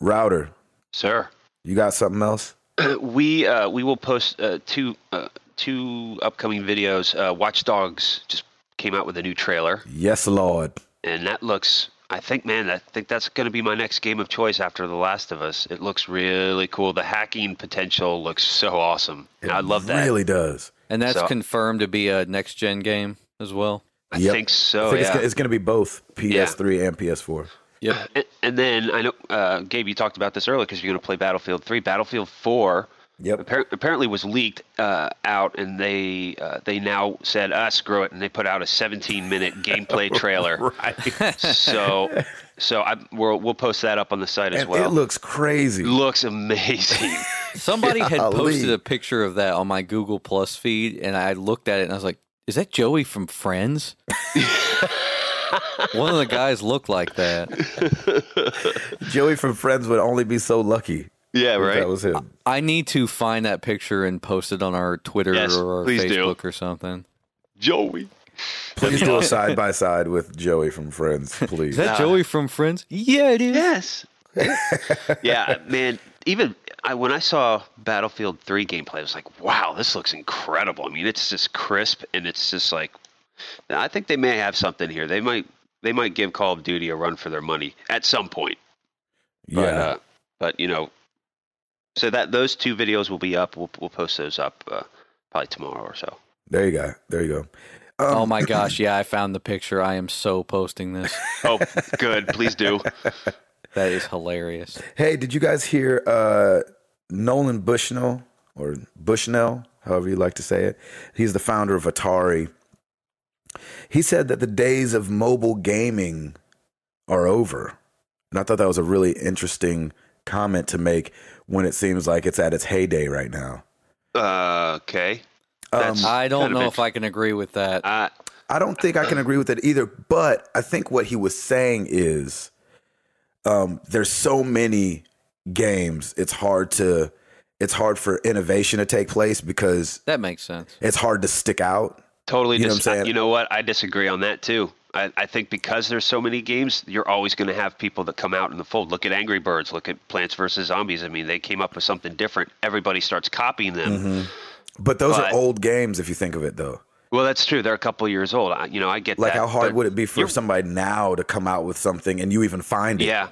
router, Sir. you got something else? we uh, we will post uh, two uh, two upcoming videos. Uh, Watch Dogs just came out with a new trailer, Yes, Lord. and that looks. I think, man, I think that's going to be my next game of choice after The Last of Us. It looks really cool. The hacking potential looks so awesome. And I love that. Really does. And that's So- confirmed to be a next gen game as well. I Yep. think so. I think it's Oh, yeah. gonna- it's going to be both PS3 and PS4. (laughs) Yep. And, and then I know, uh, Gabe, you talked about this earlier because you're going to play Battlefield 3. Battlefield 4 Yep. appar- apparently was leaked uh, out, and they uh, they now said, "Ah, screw it," and they put out a 17 minute (laughs) gameplay trailer. Right. so so I, we'll we'll post that up on the site as and well. it looks crazy. looks (laughs) amazing. Somebody had Golly. posted a picture of that on my Google Plus feed and I looked at it and I was like, is that Joey from (laughs) Friends? One of the guys looked like that. Joey from Friends would only be so lucky. yeah, if That was him. I need to find that picture and post it on our Twitter Yes, or our please do. Facebook or something. Joey. Please do a side by side with Joey from Friends, please. (laughs) Is that Joey from Friends? Yeah, it is. Yes. yeah, man. Even I, when I saw Battlefield 3 gameplay, I was like, wow, this looks incredible. I mean, it's just crisp and it's just like, I think they may have something here. They might they might give Call of Duty a run for their money at some point. yeah. But, uh, but you know, so that those two videos will be up. We'll, we'll post those up uh, probably tomorrow or so. there you go. There you go. Um, Oh my gosh, yeah, I found the picture. I am so posting this. Oh, good. Please do. That is hilarious. Hey, did you guys hear uh, Nolan Bushnell or Bushnell, however you like to say it? He's the founder of Atari. He said that the days of mobile gaming are over. And I thought that was a really interesting comment to make when it seems like it's at its heyday right now. Uh, okay. That's- Um, I don't Kind of know if I can agree with that. Uh, I don't think I can agree with it either, but I think what he was saying is um, there's so many games, it's hard to it's hard for innovation to take place because That makes sense. it's hard to stick out. Totally. You know dis- what I'm saying? You know what? I disagree on that too. I, I think because there's so many games, you're always going to have people that come out in the fold. Look at Angry Birds. Look at Plants vs Zombies. I mean, they came up with something different. Everybody starts copying them. Mm-hmm. But those But- are old games if you think of it though. Well, that's true. They're a couple years old. I, you know, I get Like that. how hard but would it be for you're- somebody now to come out with something and you even find it? Yeah.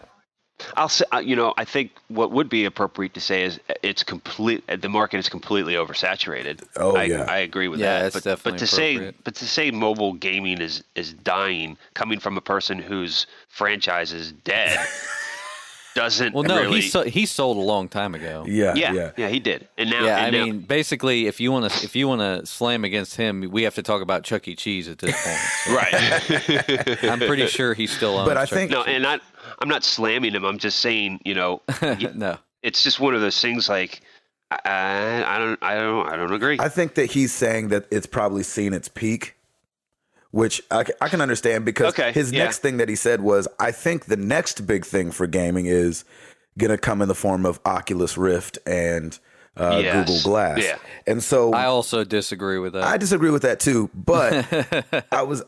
I'll say, uh, you know, I think what would be appropriate to say is uh, it's complete. The market is completely oversaturated. Oh, I, yeah. I agree with Yeah, that. it's but, definitely but to say, appropriate. but to say mobile gaming is is dying, coming from a person whose franchise (laughs) is dead, doesn't. Well, no, really, he so- he sold a long time ago. Yeah. yeah, Yeah. yeah, he did, and now, Yeah, I and now- mean, basically, if you want to if you want to slam against him, we have to talk about Chuck E. Cheese at this (laughs) (laughs) point. right. So I'm pretty sure he still owns. But I Chuck E. think no, and I, I'm not slamming him. I'm just saying, (laughs) you know, Cheese. E. no, it's just one of those things. Like, I, I I don't, I don't, I don't agree. I think that he's saying that it's probably seen its peak, which I, c- I can understand because Okay, his yeah. next thing that he said was, I think the next big thing for gaming is going to come in the form of Oculus Rift and uh, Yes. Google Glass. Yeah. And so I also disagree with I that. disagree with that too, but I (clears throat) was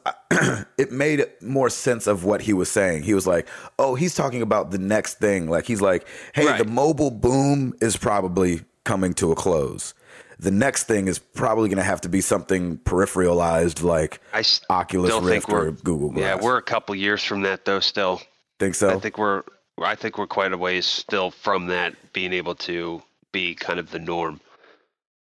it made more sense of what he was saying. He was like, "Oh, he's talking about the next thing." Like he's like, "Hey, Right. the mobile boom is probably coming to a close. The next thing is probably going to have to be something peripheralized like I s- Oculus still Rift think we're or Google Glass." Oh. Yeah, we're a couple years from that though. Still, think so. I think we're I think we're quite a ways still from that being able to be kind of the norm.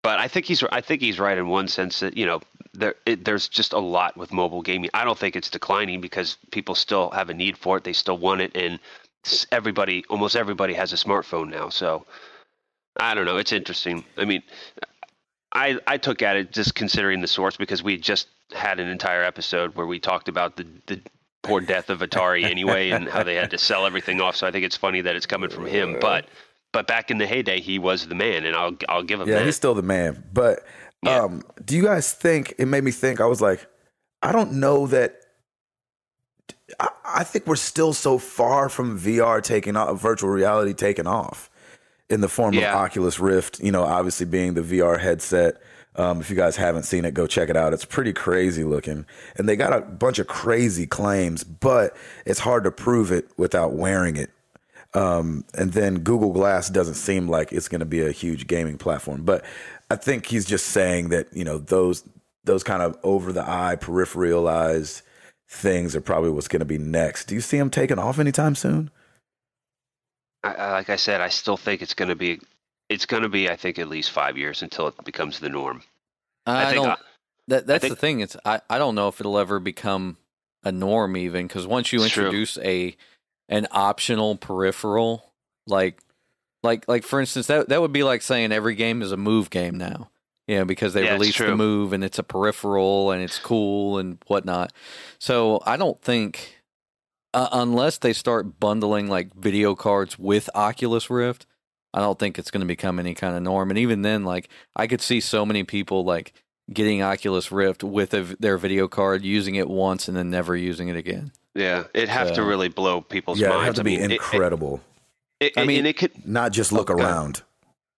But I think he's I think he's right in one sense that you know there it, there's just a lot with mobile gaming. I don't think it's declining because people still have a need for it. They still want it, and s- everybody almost everybody has a smartphone now. So I don't know. It's interesting. I mean, I I took at it just considering the source because we just had an entire episode where we talked about the the poor death of Atari anyway and how they had to sell everything off. So I think it's funny that it's coming from him, but. But back in the heyday, he was the man, and I'll I'll give him Yeah, that. he's still the man. But Yeah. um, do you guys think it made me think? I was like, I don't know that. I, I think we're still so far from VR taking off, virtual reality taking off. in the form Yeah. of Oculus Rift, you know, obviously being the VR headset. Um, if you guys haven't seen it, go check it out. It's pretty crazy looking. And they got a bunch of crazy claims, but it's hard to prove it without wearing it. Um, and then Google Glass doesn't seem like it's going to be a huge gaming platform, but I think he's just saying that you know those those kind of over the eye peripheralized things are probably what's going to be next. Do you see him taking off anytime soon? I, I, like I said, I still think it's going to be. It's going to be, I think, at least five years until it becomes the norm. I, think don't. that, that's think- the thing. It's I, I don't know if it'll ever become a norm even because once you It's true. introduce a an optional peripheral like like like for instance that that would be like saying every game is a move game now. You know, because they Yeah, it's released the true. move and it's a peripheral and it's cool and whatnot. So I don't think uh, unless they start bundling like video cards with Oculus Rift, I don't think it's going to become any kind of norm. And even then, like I could see so many people like getting Oculus Rift with a, their video card, using it once, and then never using it again. Yeah, it'd have to So- really blow people's yeah, minds. it'd have to I be mean, it- Oh, it- incredible. it- I and- mean- and it could. Not just look Okay. around.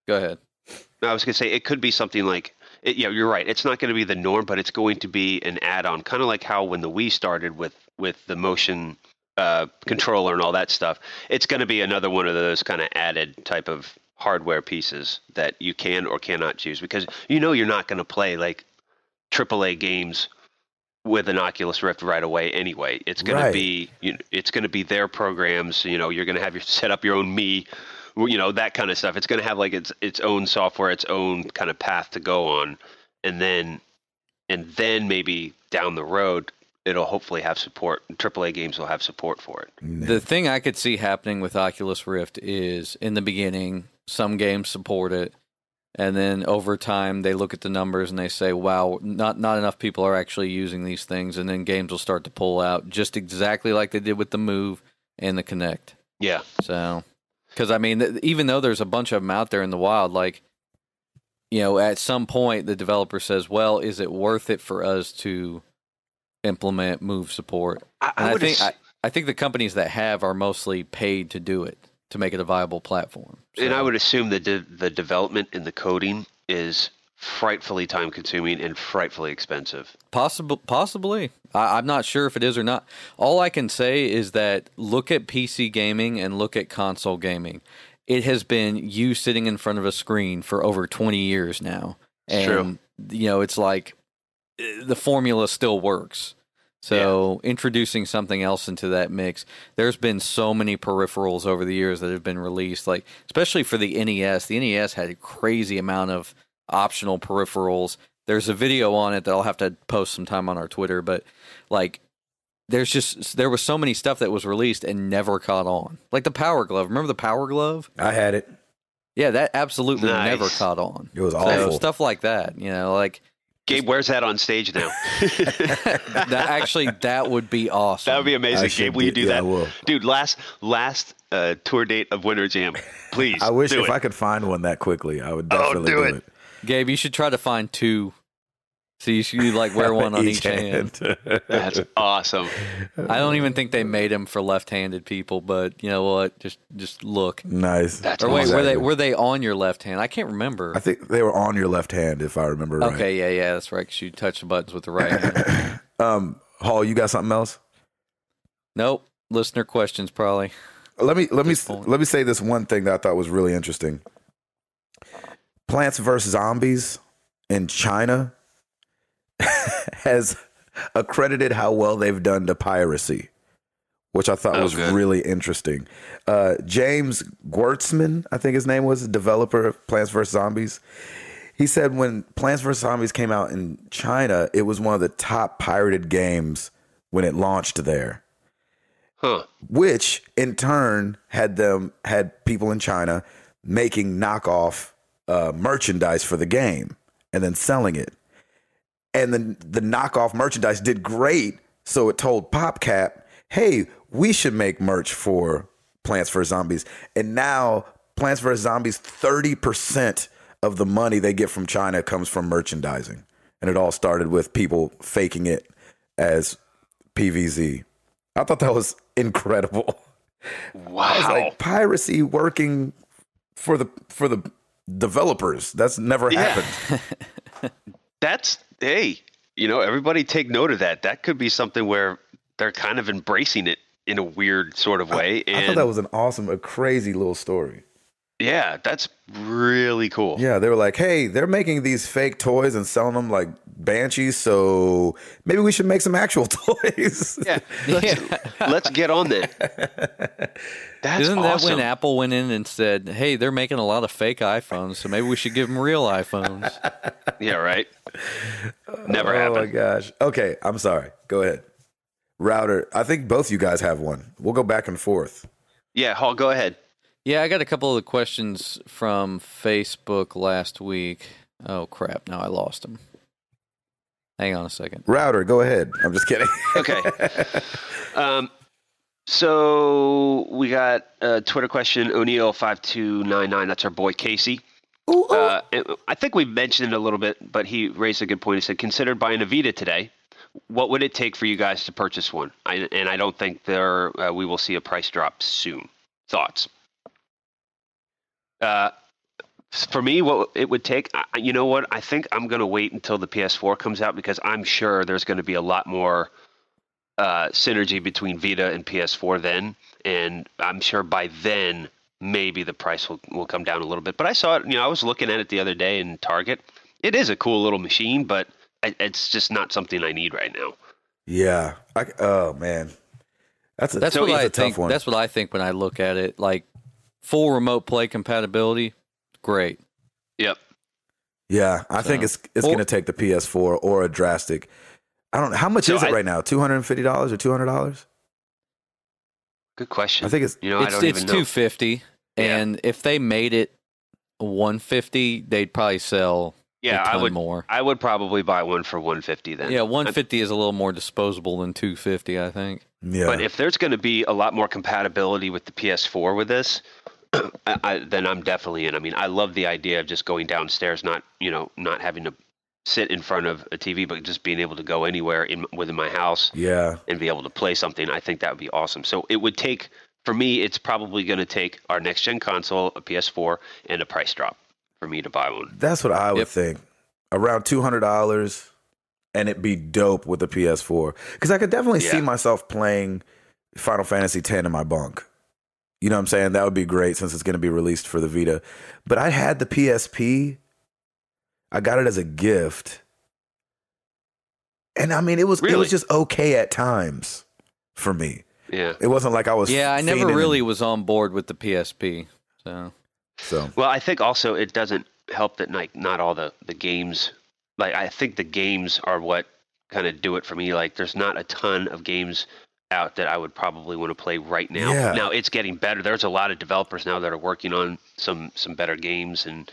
Go ahead. I was gonna say it could be something like it, yeah, you're right. It's not going to be the norm, but it's going to be an add-on, kind of like how when the Wii started with with the motion uh, controller and all that stuff. It's going to be another one of those kind of added type of hardware pieces that you can or cannot choose because you know you're not going to play like AAA games with an Oculus Rift right away anyway. It's going Right. to be you, it's going to be their programs. You know, you're going to have your (laughs) set up your own me, you know, that kind of stuff. It's going to have like its its own software, its own kind of path to go on, and then and then maybe down the road it'll hopefully have support. AAA games will have support for it. The thing I could see happening with Oculus Rift is in the beginning, some games support it. And then over time, they look at the numbers and they say, wow, not, not enough people are actually using these things. And then games will start to pull out just exactly like they did with the Move and the Kinect. Yeah. So, because I mean, th- even though there's a bunch of them out there in the wild, like, you know, at some point the developer says, well, is it worth it for us to implement move support? I, And I, would think ass- I, I think the companies that have are mostly paid to do it to make it a viable platform. And I So- would assume the de- the development and the coding is frightfully time consuming and frightfully expensive. Possible, possibly. I, I'm not sure if it is or not. All I can say is that look at PC gaming and look at console gaming. It has been you sitting in front of a screen for over 20 years now, It's and you know it's like eh, the formula still works. So introducing something else into that mix. There's been so many peripherals over the years that have been released, like especially for the NES. The NES had a crazy amount of optional peripherals. There's a video on it that I'll have to post sometime on our Twitter, but like there's just there was so many stuff that was released and never caught on. Like the power glove. Remember the power glove? I had it. Yeah, that absolutely Nice. never caught on. It was So, awful. stuff like that, you know, like Gabe wears that on stage (laughs) now. that actually (laughs) that would be awesome. that would be I amazing. should Gabe, will you do yeah, I that? will. Dude, last last uh, tour date of Winter Jam. Please. I wish do if it. Oh, I could find one that quickly, I would definitely do do, it. it. Gabe, you should try to find two. So you should (laughs) like wear one on each hand. That's awesome. I don't even think they made them for left-handed people, but you know what? Just just look. nice. That's Or wait, awesome. were they Exactly. were they on your left hand? I can't remember. I think they were on your left hand, if I remember right. Okay, yeah, yeah, that's right. Cause you touch the buttons with the right hand. (laughs) Um, Hall, you got something else? Nope. Listener questions, probably. Let me let me this point. let me say this one thing that I thought was really interesting. Plants vs Zombies in China (laughs) has accredited how well they've done to piracy, which I thought Oh, was good. really interesting. Uh, James Gwertzman, I think his name was, developer of Plants vs Zombies. He said when Plants vs Zombies came out in China, it was one of the top pirated games when it launched there Huh. which in turn had them had people in China making knockoff uh, merchandise for the game and then selling it. And then the knockoff merchandise did great, so it told PopCap, "Hey, we should make merch for Plants vs Zombies." And now Plants vs Zombies, thirty percent of the money they get from China comes from merchandising, and it all started with people faking it as PVZ. I (laughs) thought that was incredible. I was Wow. like, piracy working for the for the developers. That's never Yeah. happened. That's hey, you know, everybody take note of that. That could be something where they're kind of embracing it in a weird sort of way. and I thought that was an awesome, a crazy little story. yeah, that's really cool. Yeah, they were like, "Hey, they're making these fake toys and selling them like banshees, so maybe we should make some actual (laughs) toys." (laughs) Yeah. Let's get (laughs) on that. That's Isn't that awesome. when Apple went in and said, "Hey, they're making a lot of fake iPhones, so maybe we should give them real iPhones"? Yeah, right. Never oh my happened. gosh. Okay, I'm sorry. Go ahead. Router. I think both you guys have one. We'll go back and forth. Yeah, Hall, go ahead. yeah, I got a couple of the questions from Facebook last week. Oh crap! Now I lost them. Hang on a second. Router. Go ahead. I'm just kidding. (laughs) Okay. um, so we got a Twitter question, O'Neill five two nine nine. That's our boy Casey. Uh, and I think we mentioned it a little bit, but he raised a good point. He said, "Considered buying a Vita today. What would it take for you guys to purchase one?" I, and I don't think there uh, we will see a price drop soon. Thoughts? Uh, for me, what it would take, I, I- you know what? I think I'm going to wait until the PS4 comes out because I'm sure there's going to be a lot more uh, synergy between Vita and PS4 then, and I'm sure by then maybe the price will, will come down a little bit. But I saw it, you know, I was looking at it the other day in Target. It is a cool little machine, but I, it's just not something I need right now. yeah. I, oh man. That's a, That's that's what a I tough think. one. That's what I think when I look at it. Like full remote play compatibility, great. Yep. yeah. I think So- it's it's Or- gonna take the PS4 or a drastic. I don't know how much So is it I- right now. Two hundred and fifty dollars or two hundred dollars? Good question. I think it's you know, I it's don't it's even know. two fifty, Yeah. and if they made it one fifty, they'd probably sell yeah, a I ton would more. I would probably buy one for 150 then. Yeah, one fifty is a little more disposable than two fifty. I think. Yeah. But if there's going to be a lot more compatibility with the PS4 with this, (clears throat) I, I, then I'm definitely in. I mean, I love the idea of just going downstairs, not you know, not having to sit in front of a TV, but just being able to go anywhere in within my house yeah. and be able to play something. I think that would be awesome. So it would take for me, it's probably going to take our next gen console, a PS4, and a price drop for me to buy one. That's what I would Yep. think. Around two hundred dollars, and it'd be dope with the PS4 because I could definitely see Yeah. myself playing Final Fantasy X in my bunk. You know what I'm saying? That would be great since it's going to be released for the Vita. But I had the PSP. I got it as a gift, and I mean, it was it Really? was just okay at times for me. Yeah. It wasn't like I was. Yeah, I never fiending and- really was on board with the PSP. So So Well, I think also it doesn't help that like not all the the games like I think the games are what kind of do it for me. Like there's not a ton of games out that I would probably want to play right now. Yeah. Now it's getting better. There's a lot of developers now that are working on some some better games and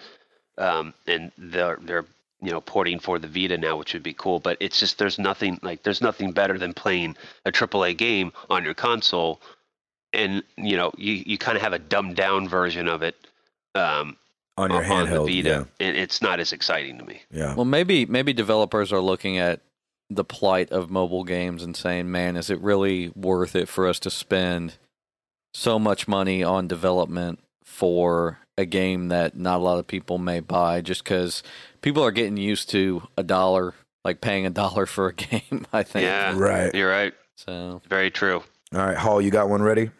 um and they're they're you know porting for the Vita now, which would be cool. But it's just there's nothing like there's nothing better than playing a AAA game on your console and you know you, you kind of have a dumbed down version of it um, on your handheld, the Vita, and it's not as exciting to me. yeah, yeah. well, maybe maybe developers are looking at the plight of mobile games and saying, "Man, is it really worth it for us to spend so much money on development for a game that not a lot of people may buy just cuz people are getting used to a dollar, like paying a (laughs) dollar for a game, I think." Yeah, Right. You're right. So Very true. All right, Hall, you got one ready?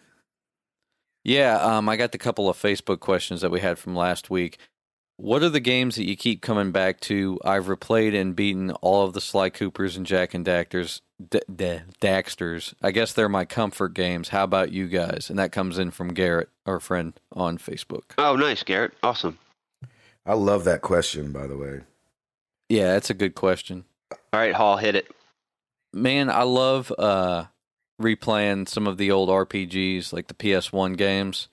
Yeah, um, I got the couple of Facebook questions that we had from last week. What are the games that you keep coming back to? I've replayed and beaten all of the Sly Coopers and Jack and Daxters. D- D- Daxters. I guess they're my comfort games. How about you guys? And that comes in from Garrett, our friend on Facebook. Oh, nice, Garrett. Awesome. I love that question, by the way. Yeah, that's a good question. All right, Hall, hit it. Man, I love uh, replaying some of the old RPGs, like the PS1 games.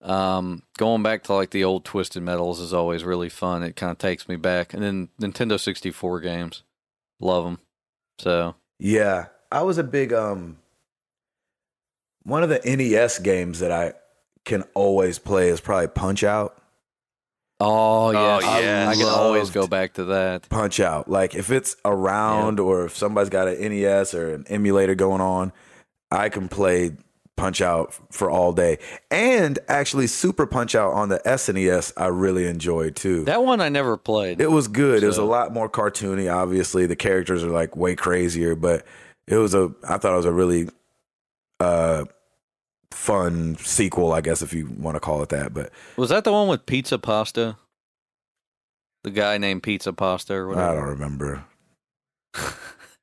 Um, going back to like the old Twisted Metals is always really fun. It kind of takes me back. And then Nintendo 64 games, love them. So Yeah, I was a big um one of the NES games that I can always play is probably Punch Out. Oh yes. Oh, yes. I can always Loved- go back to that. Punch Out. Like if it's E around or if somebody's got an NES or an emulator going on, I can play Punch Out for all day, and actually Super Punch Out on the SNES. I really enjoyed too. That one I never played. It was good. It was a So- lot more cartoony. Obviously, the characters are like way crazier, but it was a. I thought it was a really uh, fun sequel, I guess if you want to call it that. But Was that the one with Pizza Pasta? The guy named Pizza Pasta or whatever. I don't remember.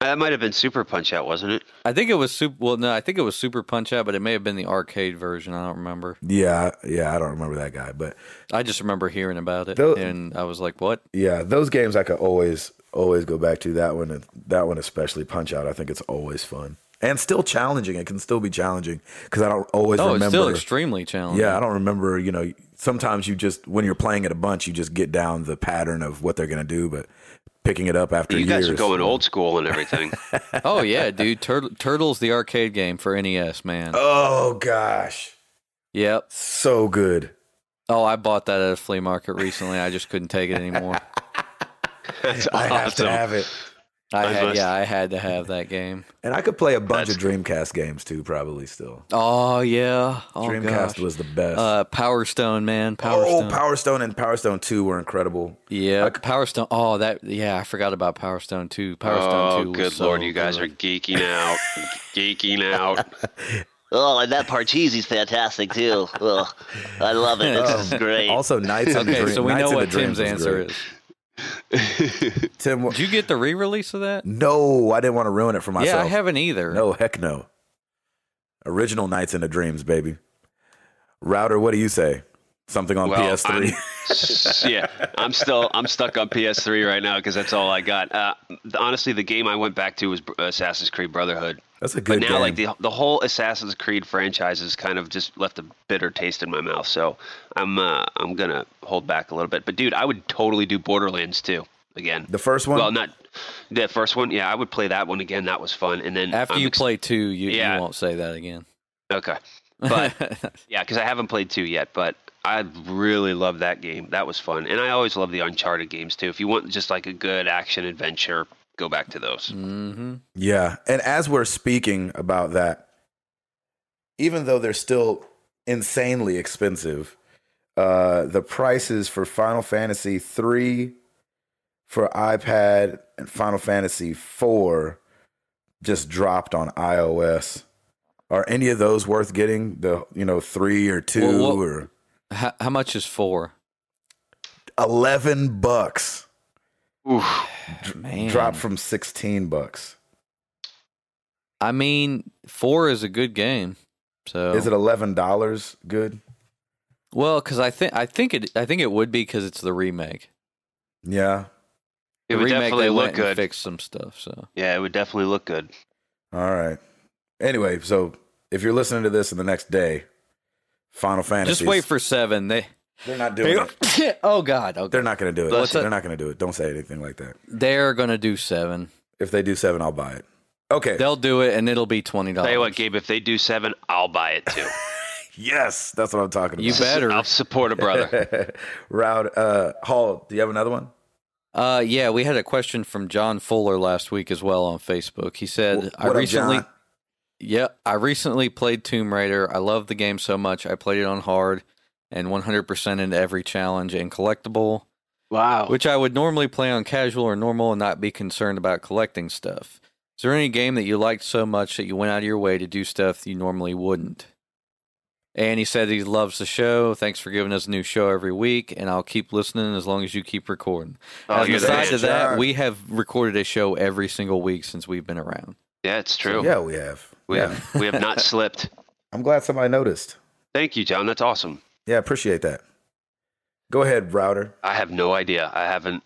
That might have been Super Punch Out, wasn't it? I think it was super. Well, no, I think it was Super Punch Out, but it may have been the arcade version. I don't remember. Yeah, I- yeah, I don't remember that guy. But I just remember hearing about it, Tho- and I was like, "What?" yeah, those games I could always always go back to. That one, that one especially, Punch Out. I think it's always fun and still challenging. It can still be challenging because I don't always Oh, remember. it's still extremely challenging. Yeah, I don't remember. You know, sometimes you just when you're playing it a bunch, you just get down the pattern of what they're gonna do. But picking it up after You years, guys are going old school and (laughs) everything. (laughs) (laughs) oh yeah, dude. Tur- Turtles, the arcade game for NES, man. oh gosh, Yep. so good. Oh, I bought that at a flea market recently. I just couldn't take it (laughs) anymore. That's (laughs) I have awesome. to have it, I I had, must- yeah, I had to have that game. and I could play a bunch That's- of Dreamcast games too. Probably still, Oh yeah. Oh Dreamcast gosh. was the best. uh, Power Stone, man. Power oh, Stone. Power Stone and Power Stone Two were incredible. yeah, Power Stone. Oh, that. Yeah, I forgot about Power Stone too. Power oh, Stone two. was good so lord, you guys good. are geeking (laughs) out, geeking out. (laughs) Oh, and that Parcheesi's fantastic too. Well, I love it. Oh. This is great. Also, Knights (laughs) in the Okay, Dream- so we Knights know in the what Dream Tim's was answer great. is. (laughs) Tim, Did you get the re-release (laughs) of that? no, I didn't want to ruin it for myself. Yeah, I haven't either. No, heck no. Original Nights into Dreams, baby. Router, what do you say? Something on Well, PS3. I'm- S- yeah, I'm still I'm stuck on PS3 right now because that's all I got. Uh, honestly, the game I went back to was uh, Assassin's Creed Brotherhood. (laughs) That's a but good now game. like the the whole Assassin's Creed franchise has kind of just left a bitter taste in my mouth. So I'm uh, I'm gonna hold back a little bit. But dude, I would totally do Borderlands too again. The first one. well, not the first one. Yeah, I would play that one again. That was fun. And then After I'm you ex- play two, you, Yeah. you won't say that again. okay, (laughs) (laughs) but yeah, because I haven't played two yet, but I really love that game. That was fun, and I always love the Uncharted games too. If you want just like a good action adventure, go back to those. hmm yeah. And as we're speaking about that, even though they're still insanely expensive, uh, the prices for Final Fantasy 3 for iPad and Final Fantasy 4 just dropped on iOS. Are any of those worth getting? The you know three or two Well, what- or How, how much is four? eleven bucks Man, dropped from sixteen bucks. I mean, four is a good game. So Is it eleven dollars? Good. well, because I think I think it I think it would be because it's the remake. Yeah. It the would remake definitely they look went good. and fixed some stuff. So Yeah, it would definitely look good. All right. Anyway, so if you're listening to this in the next day, Final Fantasy. just wait for seven. They, They're not doing it. (laughs) oh god, oh, They're not going to do it. Bless you. They're not going to do it. Don't say anything like that. they're gonna do seven. If they do seven, I'll buy it. Okay. They'll do it, and it'll be twenty Tell you dollars. what, Gabe, if they do seven, I'll buy it too. yes, that's what I'm talking (laughs) You better. I'll support (laughs) a brother. about. (laughs) Route uh, Hall. Do you have another one? Uh, yeah, we had a question from John Fuller last week as well on Facebook. He said, Wh- Uh, "I what up, recently, John? yeah, I recently played Tomb Raider. I love the game so much. I played it on hard and 100% into every challenge and collectible, wow. which I would normally play on casual or normal and not be concerned about collecting stuff. Is there any game that you liked so much that you went out of your way to do stuff you normally wouldn't?" And he said he loves the show. Thanks for giving us a new show every week, and I'll keep listening as long as you keep recording. Oh, As you're an the aside man. to that, John. we have recorded a show every single week since we've been around. Yeah, it's true. Yeah, we have. We yeah. have we have not slipped. I'm glad somebody noticed. Thank you, John. That's awesome. Yeah, appreciate that. Go ahead, Router. I have no idea. I haven't.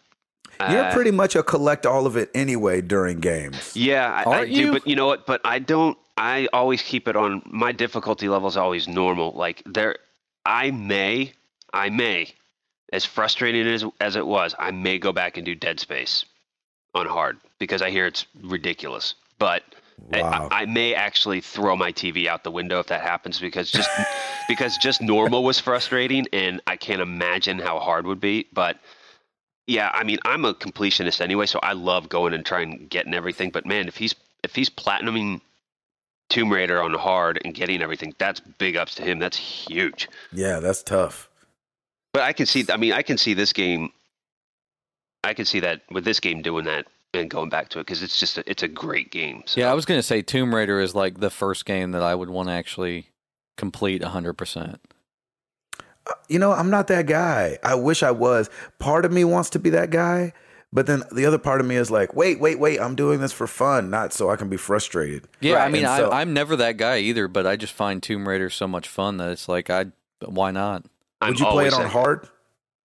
Uh, uh, You're I- pretty much a collect all of it anyway during games. Yeah, I, I Aren't you? do. But you know what? But I don't. I always keep it on. My difficulty level is always normal. Like there, I may, I may, as frustrating as as it was, I may go back and do Dead Space on hard because I hear it's ridiculous. But I- Wow. I, I may actually throw my TV out the window if that happens because just (laughs) because just normal was frustrating and I can't imagine how hard would be. But yeah, I mean, I'm a completionist anyway, so I love going and trying and getting everything. But man, if he's if he's platinuming Tomb Raider on hard and getting everything. That's big ups to him. That's huge. Yeah, that's tough. But I can see. I mean, I can see this game. I can see that with this game doing that and going back to it because it's just a, it's a great game. So. Yeah, I was gonna say Tomb Raider is like the first game that I would want to actually complete hundred percent. Uh, You know, I'm not that guy. I wish I was. Part of me wants to be that guy, but then the other part of me is like, wait, wait, wait. I'm doing this for fun, not so I can be frustrated. Yeah, I Right. mean, And so- I, I'm never that guy either, but I just find Tomb Raider so much fun that it's like I why not? I'm Would you play always it on that- hard? (laughs)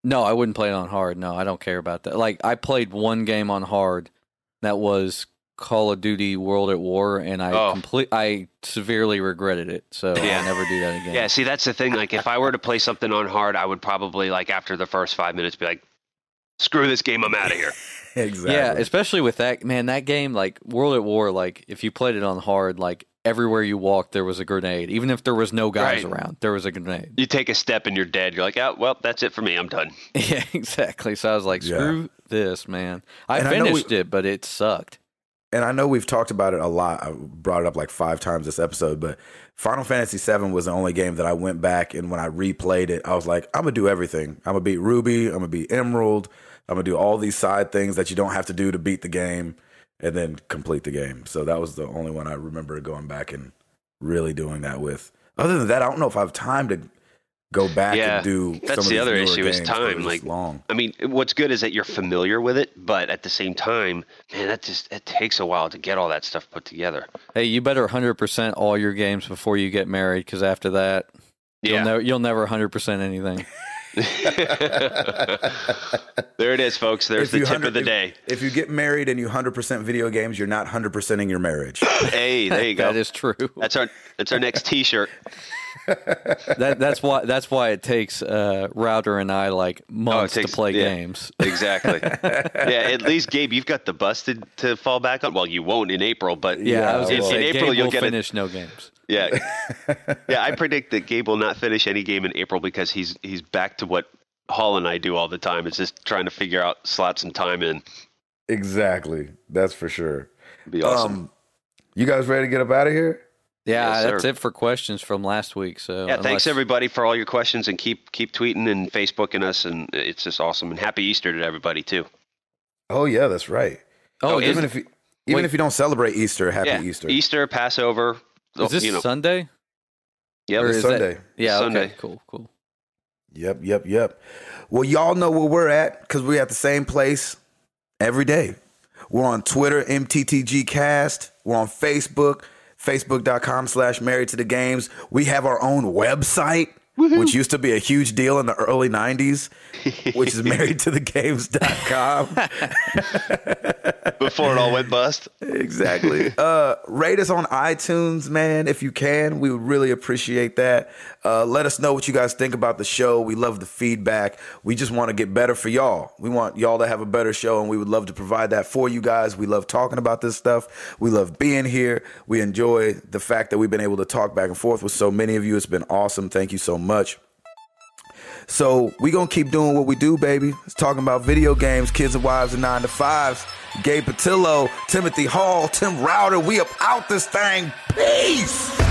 No, I wouldn't play it on hard. No, I don't care about that. Like I played one game on hard that was Call of Duty World at War and I Oh. complete I severely regretted it. So Yeah. I'll never do that again. Yeah, see, that's the thing. Like, if I were to play something on hard, I would probably like after the first five minutes be like, "Screw this game, I'm out of here." exactly. Yeah, especially with that man, that game like World at War, like if you played it on hard, like everywhere you walked there was a grenade. Even if there was no guys Right. around, there was a grenade. (laughs) You take a step and you're dead. You're like, "Oh, well, that's it for me. I'm done." yeah, exactly. So I was like, Yeah. screw this, man. I And I know we- finished it, but it sucked. and I know we've talked about it a lot. I brought it up like five times this episode, but Final Fantasy VII was the only game that I went back and when I replayed it, I was like, I'm gonna do everything. I'm gonna beat Ruby. I'm gonna beat Emerald. I'm gonna do all these side things that you don't have to do to beat the game, and then complete the game. So that was the only one I remember going back and really doing that with. Other than that, I don't know if I have time to go back Yeah, and do. that's some of the these other newer issue is games 'cause time, it's like- long. I mean, what's good is that you're familiar with it, but at the same time, man, that just it takes a while to get all that stuff put together. Hey, you better 100% all your games before you get married cuz after that Yeah. you'll never you'll never 100% (laughs) anything. there it is, folks. There's If the you tip of 100 the if- day. If you get married and you 100% video games, you're not 100%ing your marriage. Hey, there (laughs) you go. that is true. (laughs) that's our that's our next T-shirt. that that's why that's why it takes uh Router and I like months Oh, takes- to play yeah. games. (laughs) Exactly. yeah, at least Gabe, you've got the bus to, to fall back on. Well, you won't in April, but Yeah, I was in, going to in say April Gabe you'll will get it. finish no games. (laughs) Yeah, yeah. I predict that Gabe will not finish any game in April because he's he's back to what Hall and I do all the time. It's just trying to figure out slot some time in. exactly. That's for sure. It'd be awesome. Um, you guys ready to get up out of here? Yeah, Yes, that's sir. it for questions from last week. So yeah, thanks unless- everybody for all your questions and keep keep tweeting and Facebooking us and it's just awesome and happy Easter to everybody too. Oh, yeah, that's right. Oh, Oh, is, even if you, even wait. if you don't celebrate Easter, happy yeah, Easter. Easter, Passover. is this you know, Sunday? yeah, Oh, or It's is that- Sunday. Yeah, Sunday. okay, cool, cool. Yep, yep, yep. Well, y'all know where we're at because we're at the same place every day. We're on Twitter, MTTGcast. We're on Facebook, facebook.com slash married to the games. We have our own website, which used to be a huge deal in the early 90s, which (laughs) is married to the games.com. before it all went bust. exactly. Uh, rate us on iTunes, man, if you can. We would really appreciate that. Uh, let us know what you guys think about the show. We love the feedback. We just want to get better for y'all. We want y'all to have a better show, and we would love to provide that for you guys. We love talking about this stuff. We love being here. We enjoy the fact that we've been able to talk back and forth with so many of you. It's been awesome. Thank you so much. So we gonna keep doing what we do, baby. It's talking about video games, kids and wives, and nine to fives. Gabe Patillo, Timothy Hall, Tim Router. We up out this thing. Peace.